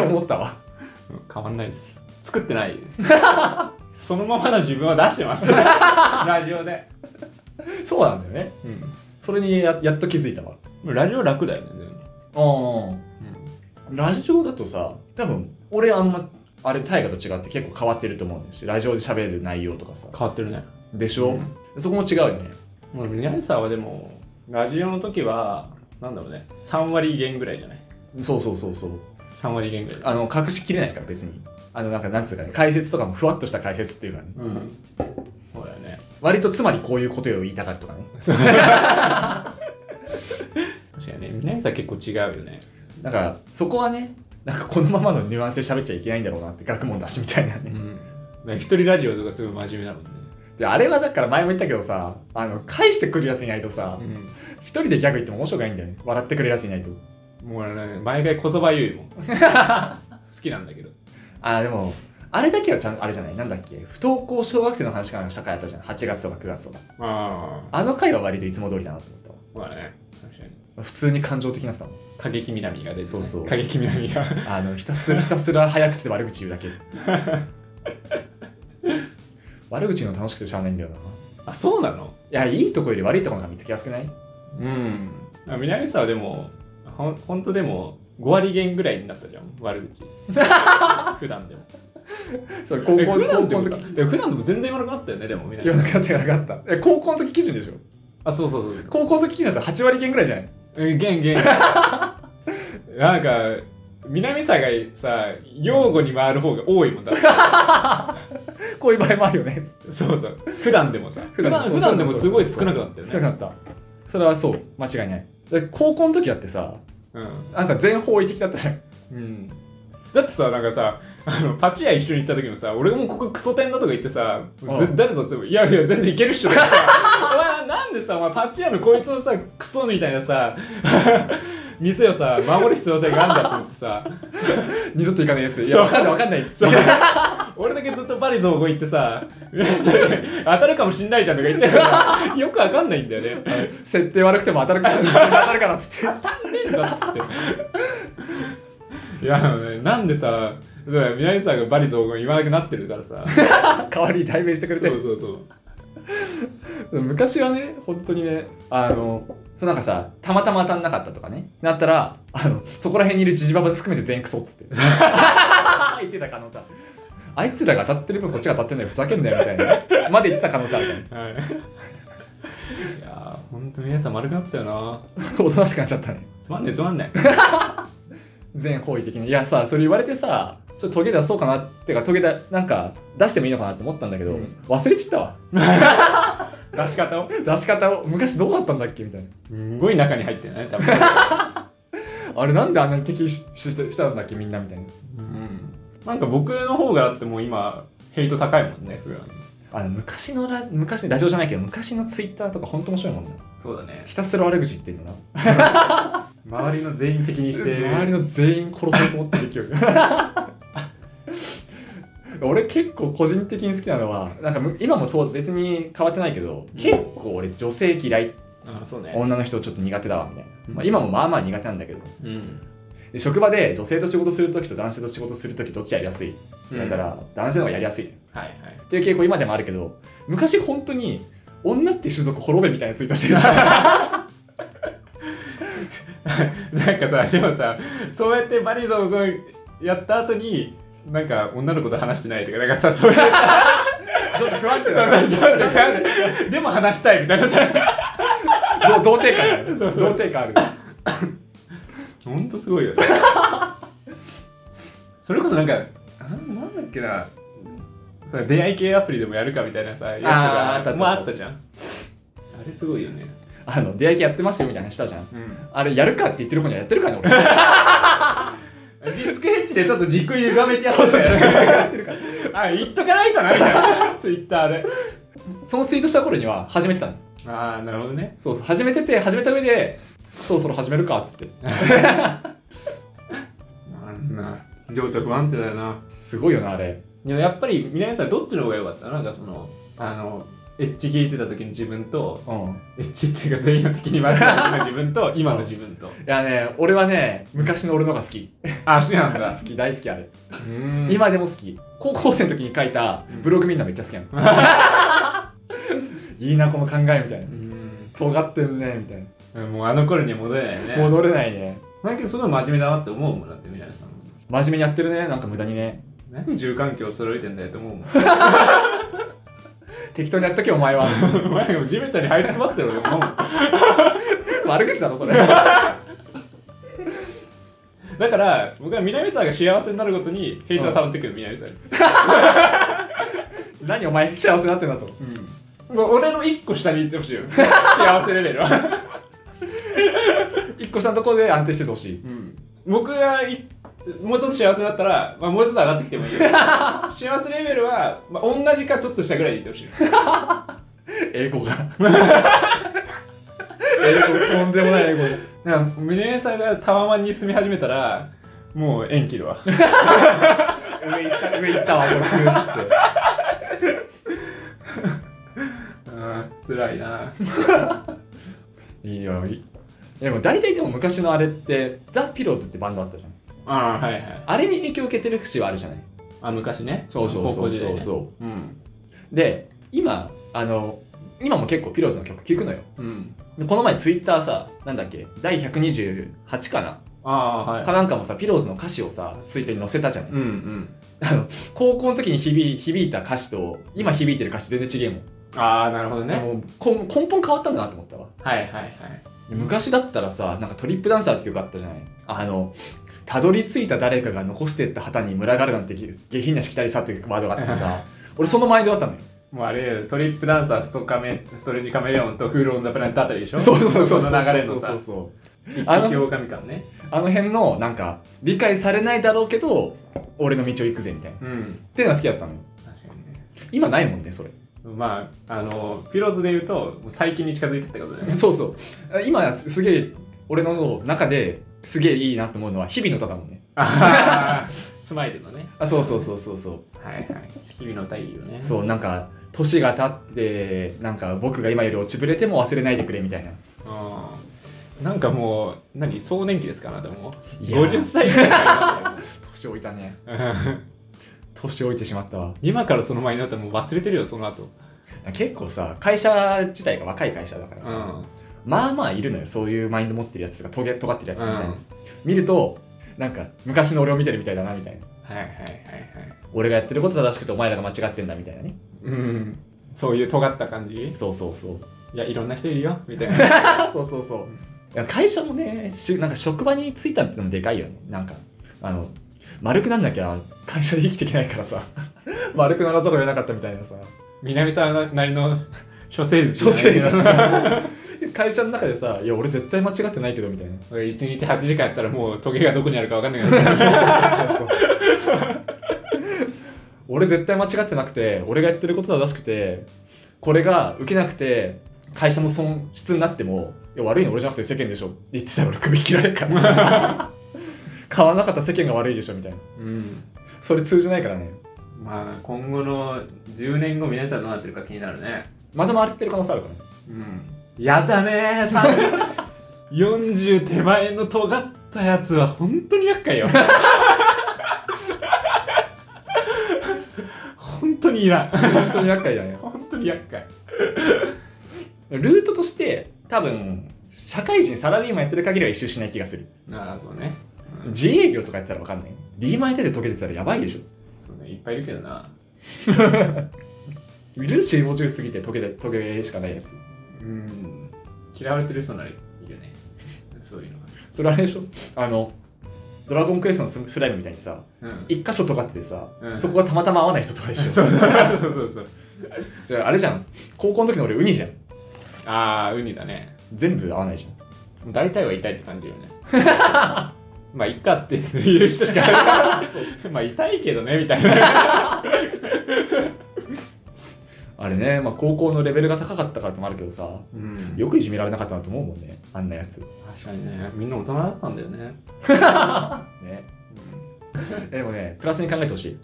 思ったわ
うん変わんないです。作って ないです。そのままの自分は出してます。 ラジオで。
そうなんだよね
うん。
それにややっと気づいたわ
もうラジオ楽だよね、
あ
全
ラジオだとさ多分俺あんまあれ大河と違って結構変わってると思うんですよラジオで喋る内容とかさ
部。変わってるね。
でしょ、そこも違うよね
もう南沢はでも、ラジオの時は、なんだろうね、3割減ぐらいじゃない
そうそうそうそう
?3 割減ぐらい。
あの隠しきれないから別にあのなんかなんつうかね解説とかもふわっとした解説っていうかね
うん。そうだよね。
割とつまりこういうことを言いたがるとかね
確かにね、南沢結構違うよね。
なんかそこはねなんかこのままのニュアンスで喋っちゃいけないんだろうなって学問だしみたいな
う
ね
ん。だから一人ラジオとかすごい真面目だもんね。
であれはだから前も言ったけどさあの返してくるやついないとさ
うん。
一人でギャグ言っても面白くないんだよね笑ってくれるやついないと
もうね、毎回こそばゆい もん。好きなんだけど。
あーでもあれだけはちゃんあれじゃないなんだっけ不登校小学生の話から社会あったじゃん8月とか9月とか
ああ。
あの回は割といつも通りだなと思ったわ
まあね、確かに。
普通に感情的なさ
過激南が出て、ね、
そうそう
過激南が
あのひたすらひたすら早口で悪口言うだ け悪口言うの楽しくてしゃあないんだよない
あそうなの
やいいとこより悪いとこの方が見つけやすくない
うんあ南沢でもほんほんとでも5割減ぐらいになったじゃん悪 口普段でも
それ高
え
校
普段で
高
も
校
さ
の時
でも普段でも全然言わなくなったよねでも
いや
南沢
なかったよなかったえ高校の時基準でしょ
あそうそうそう
高校の時基準だと8割減ぐらいじゃない
うんゲン ゲンなんか南沢がさ擁護に回る方が多いもん だって
こういう場合もあるよね
そうそう普段でもさ普
普段
段
そう
普段でもすごい少なくなったよね
少なかったそれはそう間違いないで高校の時だってさ
うん
なんか全方位的だったじゃん
うんだってさなんかさあのパチ屋一緒に行った時もさ俺もここクソ店だとか言ってさず
うん
誰とっても「いやいや全然いけるっしょ」と かさお前なんでさお前パチ屋のこいつのさクソみたいなさ 店をさ守る必要性があるんだと思ってさ
二度と行かないやつい
そう
やわかんないわかんないっつ
そ
っ
う
て
俺だけずっとバリ雑語行ってさ それ当たるかもしんないじゃんとか言ってるからよくわかんないんだよね
設定悪くても当たるから当たるから っつって
だっつっていやあのねなんでさ宮内さんがバリ雑語言わなくなってるから さ
代わりに代弁してくれ
そ
て
うそうそう
昔はね本当にねあのそうなんかさたまたま当たんなかったとかねなったらあのそこら辺にいるジジババ含めて全員クソっつって 言ってた可能性あるあいつらが当たってる分こっちが当たってないふざけんなよみたいなまで言ってた可能性あるからね
はい。いやー、ほんと皆さん丸くなったよな。
おとなしくなっちゃったね
つまんねえ、つまんね
全方位的にいやさそれ言われてさちょっとトゲ出そうかなってかトゲだなんか出してもいいのかなって思ったんだけど、
うん
忘れちったわ
え。出し方を。
出し方を昔どうだったんだっけみたいな
すごい中に入ってるね、多分。
あれなんであんなに敵視しししたんだっけみんなみたいな
うん。なんか僕の方がだってもう今、ヘイト高いもんね、普段。
あの昔のラ昔ラジオじゃないけど昔のツイッターとか本当面白いもんな
そうだね。
ひたすら悪口言ってるよな
周りの全員的にして、
周りの全員殺そうと思ってる 勢い俺結構個人的に好きなのはなんかむ今もそう別に変わってないけど、
うん
結構俺女性嫌い
あ、そうね。
女の人ちょっと苦手だわみたいな、
うん
まあ、今もまあまあ苦手なんだけど
うん。
で職場で女性と仕事する時と男性と仕事する時どっちやりやすいって言われたら、男性の方がやりやすいっ
はいはい。
ていう傾向今でもあるけど昔本当に女って種族滅べみたいなツイートしてるじゃん
なんかさ、でもさ、そうやってバリゾーをやった後に、なんか女の子と話してないとか、なんかさ、そういうさ、
ちょっと不安定
そうそうちょっと不安定でも話したいみたいなさ、
ど童貞感ある
そう
童貞感ある
ほんとすごいよね それこそなんかあなんだっけなさ出会い系アプリでもやるかみたいなさやつ
あーあったあ
が
った
もうあったじゃんあれすごいよね
あの出会い系やってますよみたいな話したじゃん
うん
あれやるかって言ってる子にはやってるかね 俺
ディスクヘッジでちょっと軸歪めてやっ
そう
て
そ
たよ
う自分が
ね
やってるから
あ言っとかないとなみたいな ツイッターで
そのツイートした頃には始めてたの
ああなるほどね
そうそう始めてて始めた上でそろそろ始めるかっつって
あんな両手不安定だよな
すごいよなあれ
でもやっぱり皆さんどっちの方が良かったのなんかそのあのエッジ聞いてた時の自分と
うん
エッジっていうか全員的に悪い時の自分と今の自分と
いやね俺はね昔の俺のが好き
あそうなんだ
好き大好きあれ、
今
今でも好き高校生の時に書いたブログみんなめっちゃ好きやんいいなこの考えみたいな尖ってんねみたい
もうあの頃には戻れないよね
な戻れないね
だけどすごい真面目だなって思うもんだって皆さん
真面目にやってるねなんか無駄にね
何住環境揃えてんだよって思うもん
適当にやっとけお前は
お前も地べたに這いつくばってると思うもん
悪口だろそれ
だから僕は南沢が幸せになるごとにヘイトは溜まってくる南沢に、
何お前幸せになってんだと
もう俺の一個下に行ってほしいよ 幸せレベルは、
一個下のところで安定しててほしい
僕がいもうちょっと幸せだったら、まあ、もうちょっと上がってきて もいいよ幸せレベルは、まあ、同じかちょっと下ぐらいで行ってほしい
英語が英語とんでもない英語で
なんかミネさんがタワマンに住み始めたらもう縁切るわ
上行った上行ったわこいつっつっ
うん辛いな
ていいよいいやでも大体でも昔のあれってザ・ピローズってバンドあったじゃん
ああはいはい
あれに影響を受けてる節はあるじゃない
あ昔ね
高
高
校
校
時
時
代
代
ね
ねうん
で今あの今も結構ピローズの曲聴くのよ
うん
でこの前ツイッターさなんだっけ第128かな、
ああはい
かなんかもさピローズの歌詞をさツイートに載せたじゃん、
うんうん
あの高校の時に響い響いた歌詞と今響いてる歌詞全然違えもん
ああなるほどね
もうこ根本変わったんだなと思ったわ
はいはいはい
昔だったらさなんかトリップダンサーって曲あったじゃないあのたどり着いた誰かが残してった旗に群がるなんて下品なしきたりさっていうワードがあってさ俺そのマインドだったのよ
もうあれトリップダンサーストカメストレージカメレオンとフールオンザプラネットあたりでしょ その流れの
そ
さ
うそうそう
一
あの
匹狼感ね
あの辺のなんか理解されないだろうけど俺の道を行くぜみたいなっ
うん
ていうのが好きだったのよ
確かにね
今ないもんねそれ
まああのピローズで言うともう最近に近づいてってことだ よね
そうそう今すげえ俺の中ですげえいいなと思うのは日々の歌だもんね
あースマイルのね
あそうそうそうそうそう
はいはい君の歌いいよね
そうなんか年が経ってなんか僕が今より落ちぶれても忘れないでくれみたいな
うんなんかもう何壮年期ですかなでも
いやー
50歳ぐらいだよ
年老いたね
うん
年老いてしまったわ
今からその前になったらもう忘れてるよその後
結構さ会社自体が若い会社だから
う
さ、
ん
まあまあいるのよそういうマインド持ってるやつとかとげ尖ってるやつみ
うん
たいな、
はい
見るとなんか昔の俺を見てるみたいだなみたいな
はいはいはい
俺がやってること正しくてお前らが間違ってんだみたいなね
うんそういう尖った感じ
そうそうそう
いやいろんな人いるよみたい な
そうそうそういや会社もねしなんか職場に就いたってのもでかいよねなんかあの丸くなんなきゃ会社で生きていけないからさ 丸くならざるを得なかったみたいなさ
南さんなり の処世術
女性じゃ
い
ない 会社の中でさ「いや俺絶対間違ってないけど」みたいな
1日8時間やったらもうトゲがどこにあるか分かんない から
そうそう俺絶対間違ってなくて俺がやってること正しくてこれが受けなくて会社の損失になってもいや悪いの俺じゃなくて世間でしょって言ってたら俺首切られるから 買わなかった世間が悪いでしょみたいな
うん
それ通じないからね
まあ今後の10年後皆さんどうなってるか気になるね
また回ってる可能性あるからね
うんやだねー40手前の尖ったやつは本当に厄介よ本当にいらん
本当に厄介だね
本当に厄介
ルートとして多分社会人サラリーマンやってる限りは一周しない気がする
ああそうね、うん
自営業とかやってたら分かんないリーマンやってて溶けてたらやばいでし
そうねいっぱいいるけどな
ょいるし50過ぎて溶けて溶けしかないやつ
うん嫌われてる人ならいるねそういうのは
それあれでしょあのドラゴンクエストのススライムみたいにさ
うん
一箇所とかっててさ、
うん
そこがたまたま合わない人とかでしょ
そうそうそうそう
じゃああれじゃん高校の時の俺ウニじゃん
ああウニだね
全部合わないじゃ
大体は痛いって感じるよね まあいっかっていう人しかまあ痛いけどねみたいなん
あれね、まあ、高校のレベルが高かったからってもあるけどさよくいじめられなかったなと思うもんねあんなやつ
確かにねみんな大人だったんだよね
ねでもねプラスに考えてほしい
うん、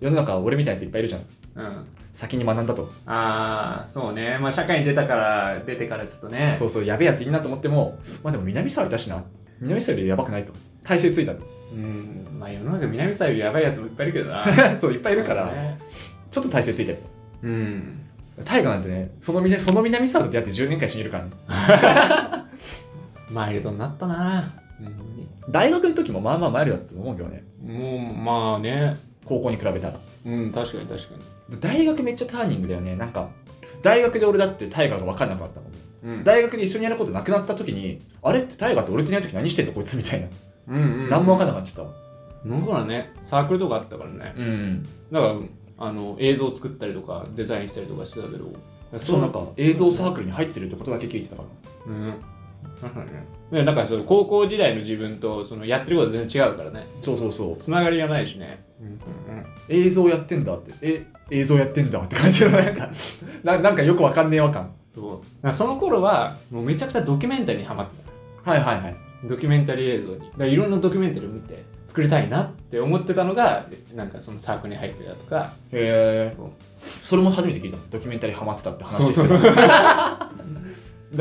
世の中俺みたいなやついっぱいいるじゃん
うん、
先に学んだと
ああそうねまあ社会に出たから出てからちょっとね
そうそうやべえやついいなと思ってもまあでも南沢いたしな南沢よりやばくないと体勢ついたと
うんまあ世の中南さんよりやばいやつもいっぱいいるけどな
そういっぱいいるから、
ね
ちょっと体勢ついてる
うん
大河なんてねそのみねその南沢と出会って10年間一緒にいるからね、
マイルドになったな、う
大学の時もまあまあマイルドだったと思うけどね
ん、もうまあね
高校に比べたら
うん確かに確か
大学めっちゃターニングだよねなんか大学で俺だって大河が分かんなくなったもん
に、うん
大学で一緒にやることなくなった時にあれって大河って俺といない時何してんのこいつみたいな、
うんうん、
何も分か
ん
んなくなっちゃったわ
ないだからねサークルとかあったからね
うん
だからあの映像作ったりとかデザインしたりとかしてたけど
そうなんか映像サークルに入ってるってことだけ聞いてたから
うんね、なんかその高校時代の自分とそのやってること全然違うからね
そうそうそう
つながりがないしね、
映像やってんだってえ映像やってんだって感じのなんか ななんかよくわかんねえわ感
そうだからその頃はもうめちゃくちゃドキュメンタリーにハマってた
はいはいはい
ドキュメンタリー映像にだからいろんなドキュメンタリーを見て作りたいなって思ってたのがなんかそのサークルに入ってたとか
へえそれも初めて聞いたドキュメンタリーハマってたって話して
そう
た
だ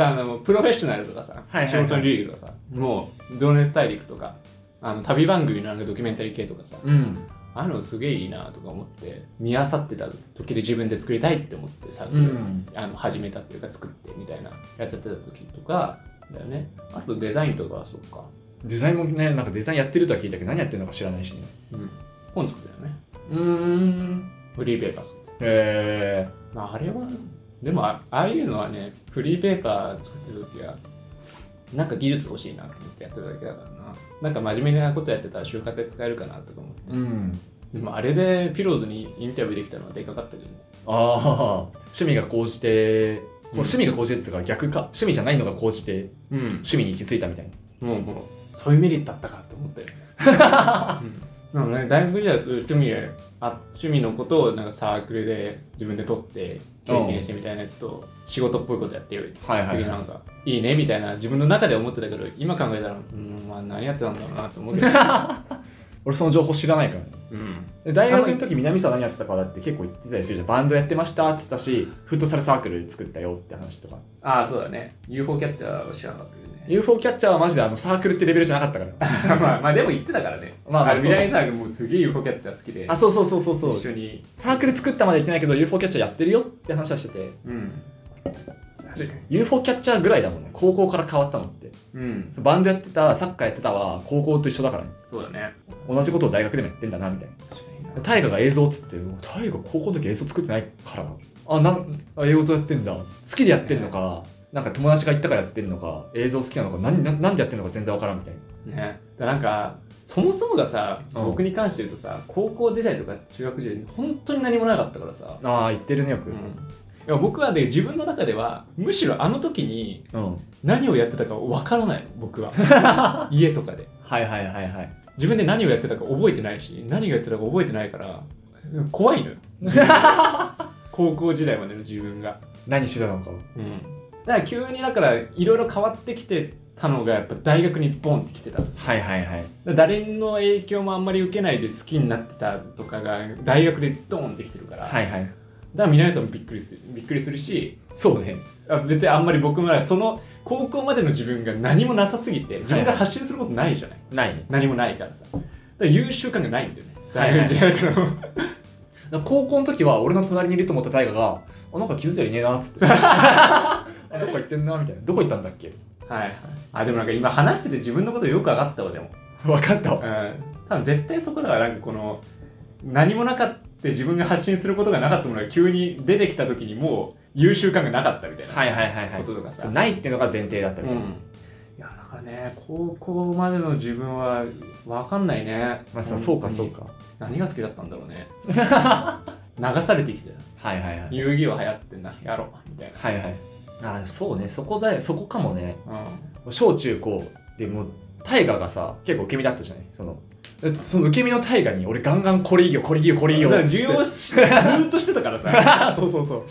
からあのプロフェッショナルとかさ、
はいはいは
仕
い
事の流儀とかさもう「情熱大陸」とかあの旅番組のなんかドキュメンタリー系とかさ
うん
ああいうのすげえいいなとか思って見あさってた時で自分で作りたいって思ってさ、
うん
あの始めたっていうか作ってみたいなやっちゃってた時とかだよねあとデザインとかはそっか、
デザインもねなんかデザインやってるとは聞いたけど何やってるのか知らないしね
うん、本作だよね
うーん
フリーペーパー作って
え
まああれはでもあああいうのはねフリーペーパー作ってる時はなんか技術欲しいなと思ってやってただけだからななんか真面目なことやってたら就活で使えるかなとか思って
ー、うん
でもあれでピローズにインタビューできたのはでかかったけどね
ああ趣味がこうして、
うん
趣味がこうしてっていうか逆か趣味じゃないのがこうして
うん
趣味に行き着いたみたいな
もうもうそういうメリットあったかと 思ったよね、うん、なので大学時代はそういう趣味であ趣味のことをなんかサークルで自分で取って経験してみたいなやつと仕事っぽいことやってる
はいはいはい
すげえなんかいいねみたいな自分の中で思ってたけど今考えたらうんまあ何やってたんだろうなって思 ってた、
俺その情報知らないからね
うん、
で大学の時南沢何やってたかだって結構言ってたりするじゃんバンドやってましたって言ったしフットサルサークル作ったよって話とか
ああそうだね UFO キャッチャーは知らなかったけ
UFO キャッチャーはマジであのサークルってレベルじゃなかったから
どね まあまあでも言ってたからね
まあまあ
の
そうだ
未来サークもうすげえ UFO キャッチャー好きで
あそうそうそうそうそう
一緒に
サークル作ったまで言ってないけど UFO キャッチャーやってるよって話はしてて
うん確かに
UFO キャッチャーぐらいだもんね高校から変わったのって
うん
バンドやってたサッカーやってたは高校と一緒だからね
そうだね
同じことを大学でもやってんだなみたいな
確かにな
大河が映像っつって大河高校の時映像作ってないからあなんあ映像やってんだ好きでやってんのかなんか友達が言ったからやってんのか映像好きなのか何ななんでやってんのか全然わからんみたいな
ね、だからなんかそもそもがさ
うん
僕に関して言うとさ、高校時代とか中学時代本当に何もなかったからさ、
ああ言ってるねよ
う
く
んいや僕はね自分の中ではむしろあの時に
うん、
何をやってたかわからないの僕は 家とかで
はいはいはいはい
自分で何をやってたか覚えてないし何をやってたか覚えてないから怖 いのよ高校時代までの自分が、
何してたのか
うん、だから急にだからいろいろ変わってきてたのがやっぱ大学にボンって来てた
はいはいはい
誰の影響もあんまり受けないで好きになってたとかが大学でドーンってきてるから、
はいはい
だから皆さんもびっくりするびっくりするし
そうね
あ別にあんまり僕もその高校までの自分が何もなさすぎて自分から発信することないじゃない、
ないね
何もないからさだから優秀感がないんだよね
はいはい
大学時代からも
だから高校の時は俺の隣にいると思った大河が「あなんか気づいたらいねえな」っつ ってあどこ行ってんなみたいな「どこ行ったんだっ け?」つっ
はいはいあでもなんか今話してて自分のことよく分かったわでも
て分かった
う
わ
ん多分絶対そこだからなんかこの何もなかった自分が発信することがなかったものが急に出てきた時にもう優秀感がなかったみたいな
はいはいはいはい
こととかさ
そうないっていうのが前提だったみたいな、
いやだからね高校までの自分は分かんないね
まあ
本当
さ
に
そうかそうか
何が好きだったんだろうね 流されてきて
はいはいはい
遊戯は流行ってんなやろうみたい
はいはいあーそうねそこだよそこかもね
な、うん、
小中高でもう大河がさ結構受け身だったじゃないそのだってその受け身の大河に俺ガンガンこれいいよこれいいよこれいいよ
だから重要
っ
視ずーっとしてたからさ、
てそうそうそう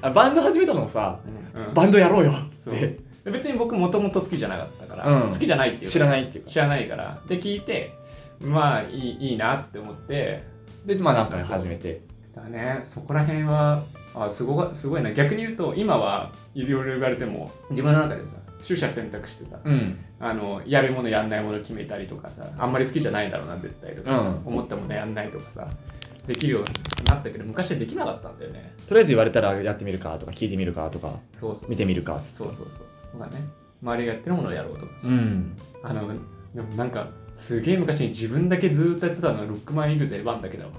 あバンド始めたのもさ
うん
バンドやろうよっつ
そ
っ
う
て
で別に僕もともと好きじゃなかったから、
うん
好きじゃないっていうか
知らないっていうか
知らないからで聞いてまあいいいいなって思って
でまあなんか始めて
だねそこら辺はあすごいすごいな逆に言うと今はいろいろ言われても自分の中でさ取捨選択してさ
うん
あのやるものやんないもの決めたりとかさあんまり好きじゃないだろうな絶対とかさ、
うん
思ったものやんないとかさできるようになったけど昔はできなかったんだよね
とりあえず言われたらやってみるかとか聞いてみるかとか
そうそう
見てみるか
そうそうそうとかね周りがやってるものをやろうとかさ、
うん
あのでもなんかすげえ昔に自分だけずーっとやってたのはロックマンイーグルゼワンだけだわ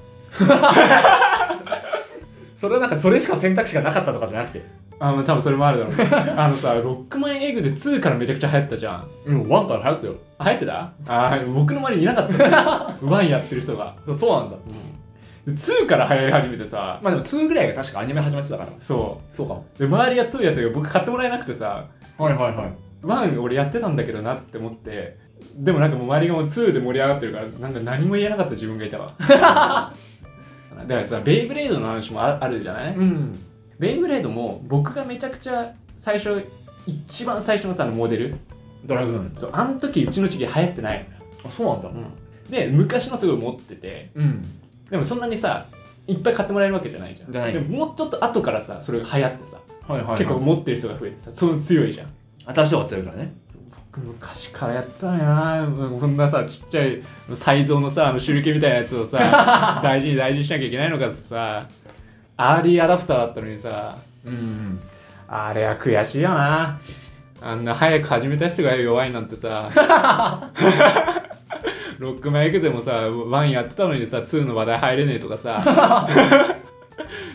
それはなんかそれしか選択肢がなかったとかじゃなくて
あまあ多分それもあるだろうね あのさロックマンエグゼ2からめちゃくちゃ流行ったじゃん
うんワンから流行ったよ
あ流行ってたあー僕の周りにいなかった ねワンやってる人が、
そうそうなんだ
で2から流行り始めてさ
まあでも2ぐらいが確かアニメ始まってたから
そ
そうかも
うで周りが2やったけど僕買ってもらえなくてさ
はいはいはい
1俺やってたんだけどなって思ってでもなんかもう周りがもう2で盛り上がってるからなんか何も言えなかった自分がいた わだからさベイブレードの話もああるじゃない、
うん
ベイブレードも僕がめちゃくちゃ最初一番最初のさあのモデル
ドラグーン
そうあの時うちの時期流行ってない
あそうなんだ
の、で昔のすごい持ってて
うん
でもそんなにさいっぱい買ってもらえるわけじゃないじゃん
じゃない
でももうちょっと後からさそれが流行ってさ
はいはいはい、
結構持ってる人が増えてさその強いじゃん
新しい方が強いからね
僕昔からやってたのよなこんなさちっちゃいサイゾのさあの手裏剣みたいなやつを さ大事に大事にしなきゃいけないのかってさアーリーアダプターだったのにさ
うんうん
あれは悔しいよなあんな早く始めた人が弱いなんて さロックマンエクゼもさ1やってたのにさ2の話題入れねえとかさ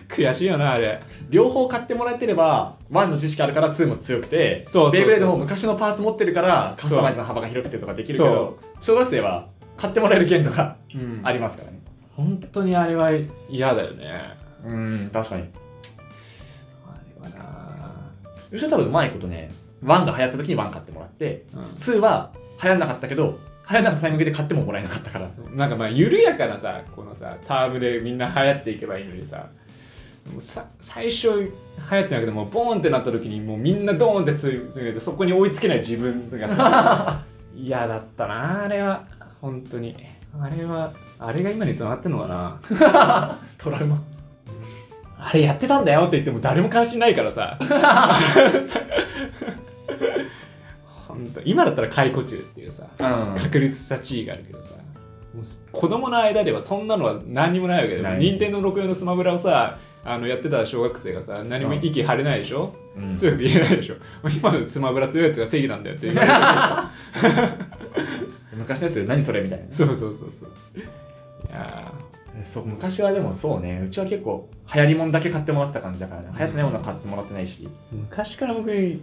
悔しいよなあれ
両方買ってもらえてれば1の知識あるから2も強くて
そうそうそう
ベイブレードも昔のパーツ持ってるからカスタマイズの幅が広くてとかできるけど小学生は買ってもらえる限度が
うん
ありますからね
本当にあれは嫌だよね
うん確かに
あれはな
吉田太郎うまいことね1が流行った時に1買ってもらって2は流行んなかったけど流行んなかったタイミングで買ってももらえなかった から
うん、なんかまあ緩やかなさこのさタームでみんな流行っていけばいいのにさもうさ最初流行ってなくてもうボーンってなった時にもうみんなドーンってつつめてそこに追いつけない自分がさ嫌だったなあれは本当にあれはあれが今につながってんのかな
トラウマ
あれやってたんだよって言っても誰も関心ないからさ 本当今だったら解雇中っていうさ
うん
確率さ地位があるけどさもうす子供の間ではそんなのは何にもないわけだ
な
よ
い
任天堂64のスマブラをさあのやってた小学生がさ何も息張れないでしょ、
うん
強く言えないでしょもう今のスマブラ強いやつが正義なんだよって 言われる
昔のやつ何それみたいな
そうそうそうそういや
そう昔はでもそうねうちは結構流行りもんだけ買ってもらってた感じだからね流行ってないものは買ってもらってないし
ー昔から僕一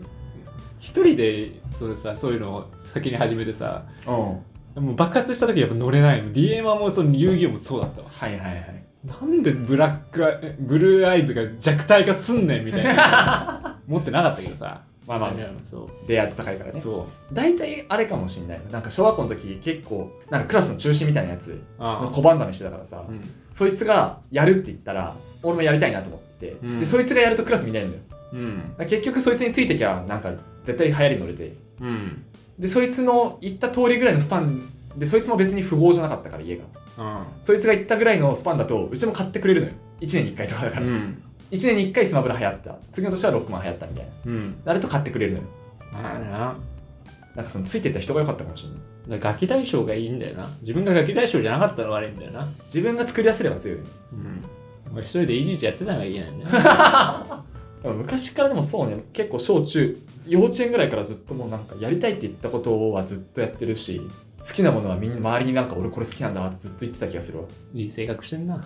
人でそれさそういうのを先に始めてさ
うん
もう爆発した時やっぱ乗れないの DM はもうその遊戯王もそうだったわ
はいはいはい
なんでブラックアイブルーアイズが弱体化すんねんみたい な持ってなかったけどさ
まあまあ
そ
レイアウト高いから
う
ね
そう
大体あれかもしんないなんか小学校の時結構なんかクラスの中心みたいなやつ
あ
小判ざめしてたからさ、
あうん
そいつがやるって言ったら俺もやりたいなと思って、
うん
でそいつがやるとクラス見ないんだよだ
うん
から結局そいつについてきゃなんか絶対流行りに乗れて
うん
でそいつの言った通りぐらいのスパンでそいつも別に富豪じゃなかったから家がそいつが言ったぐらいのスパンだとうちも買ってくれるのよ1年に1回とかだから、
うん
1年に1回スマブラ流行った次の年はロックマン流行ったみたいな
うん
あれと買ってくれるのよ
まあな
なんかそのついてった人が良かったかもしれな
だ
い
からガキ大将がいいんだよな自分がガキ大将じゃなかったら悪いんだよな
自分が作り出せれば強いよね
うん俺一人でいじいじやってたのがいけないんだよ な
でも昔からでもそうね結構小中幼稚園ぐらいからずっともうなんかやりたいって言ったことはずっとやってるし好きなものはみんな周りになんか俺これ好きなんだってずっと言ってた気がするわ
いい性格してんな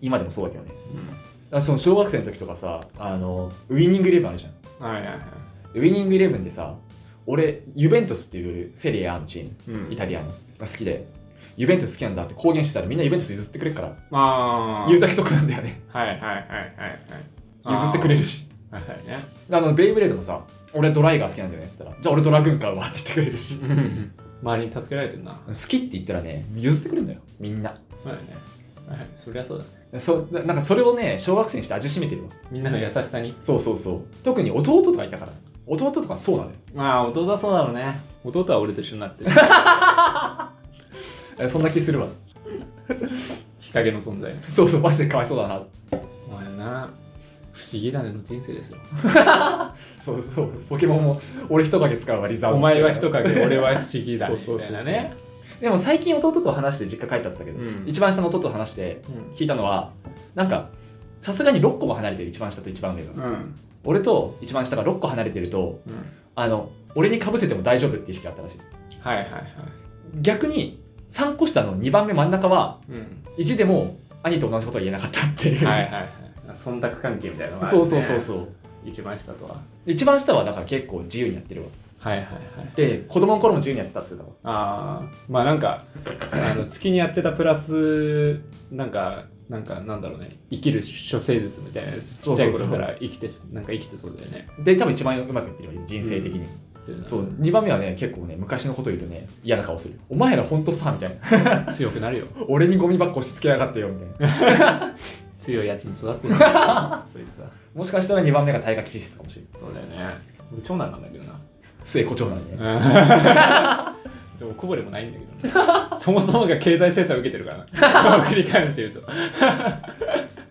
今でもそうだけどね
う
だからその小学生の時とかさあのウィニングイレブンあるじゃん
んはいはいは
ウィニングイレブンでさ俺ユベントスっていうセリエ A のチーム
いうん
イタリアのが好きでユベントス好きなんだって公言してたらみんなユベントス譲ってくれるから
まあ
言うだけ得なんだよね
はいはいはいはいはい
譲ってくれるし
あーはい はいね
あのベイブレードもさ俺ドライガー好きなんだよねって言ったらじゃあ俺ドラグーン買うわって言ってくれるし
周りに助けられてんな
好きって言ったらね譲ってくれるんだよみんな
まあね。はい、そりゃそうだね。
そうななんかそれをね小学生にして味しめてるわ
みんなの優しさに。
そうそうそう特に弟とかいたから弟とかそうなのよ
まあ、弟はそうだろうね。弟は俺と一緒にな ってる。
えそんな気するわ
日陰の存在。
そうそうマジでかわいそうだな
お前な、不思議だねの人生ですよ。
そうそうポケモンも俺人影使うわリザー ド
お前は人 影、俺は不思議だ
そう
ね。
そうそうそ
み
う
たいなね。
でも最近弟と話して実家帰ったって言ったけど、
うん
一番下の弟と話して聞いたのはなんかさすがに6個も離れてる一番下と一番上が、
うん。うん。
俺と一番下が6個離れてるとあの俺にかぶせても大丈夫って意識があったらしい
はい はいはい。
逆に3個下の2番目真ん中は
うん。
意地でも兄と同じことは言えなかったっていう、
はいはいはい。忖度関係みたいなのがある
そ
ね
うそうそうそう
一番下とは。
一番下はだから結構自由にやってるわ
はいはいはい。
で子供の頃も自由にやってたって言ってたわ
ああ、まあなんか、あの好きにやってたプラス、なんか、なんかなんだろうね、生きる処世術みたいなやつ、ち
そ
っ
う
ちゃ
そ
い
うそう
頃から生きて、なんか生きてそうだよね。
で多分一番うまくいってるわ人生的に、そう2番目はね結構ね昔のこと言うとね嫌な顔するお前らほんとさみたいな
強くなるよ。
俺にゴミ箱押し付けやがってよみたいな
強いやつに 育つんだそいつは。
もしかしたら2番目が退学気質かもしれな い
そうだよね。俺長男なんだけどな。
末っ子長男ね、
そうこぼれもないんだけど、そもそもが経済制裁を受けてる からな繰り返して言うと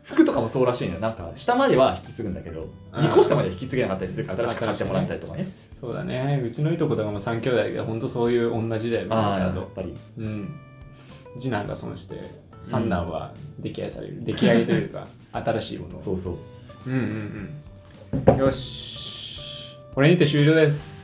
服とかもそうらしいねなんか下までは引き継ぐんだけど
うん
2個下までは引き継げなかったりするから新しく買ってもらったりとかね
そうだねうちのいとことかも3兄弟で本当そういう同じだよね
ああや
と
っぱり
うん、次男が損して三男は出来合いされる、出来合いというか新しいもの
そうそう
うんうんうんよしこれにて終了です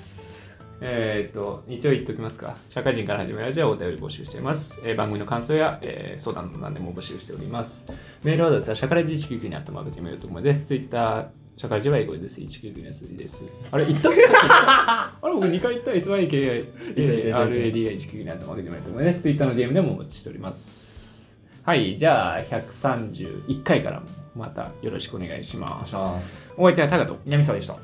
えーっと一応言っときますか社会人から始めるラジオはお便り募集しています、えー番組の感想や、えー相談の何でも募集しておりますメールアドレスは社会人199にあったまぐちめるとこまですツイッター社会人は英語です199の数字ですあれ言ったっ けさっき言ったあれ僕2回言った SYKRADI199 にあったまぐちめるとこまですツイッターの DM でもお待ちしておりますはいじゃあ131回からもまたよろしくお願いします
します
お相手はタカと
南沢でした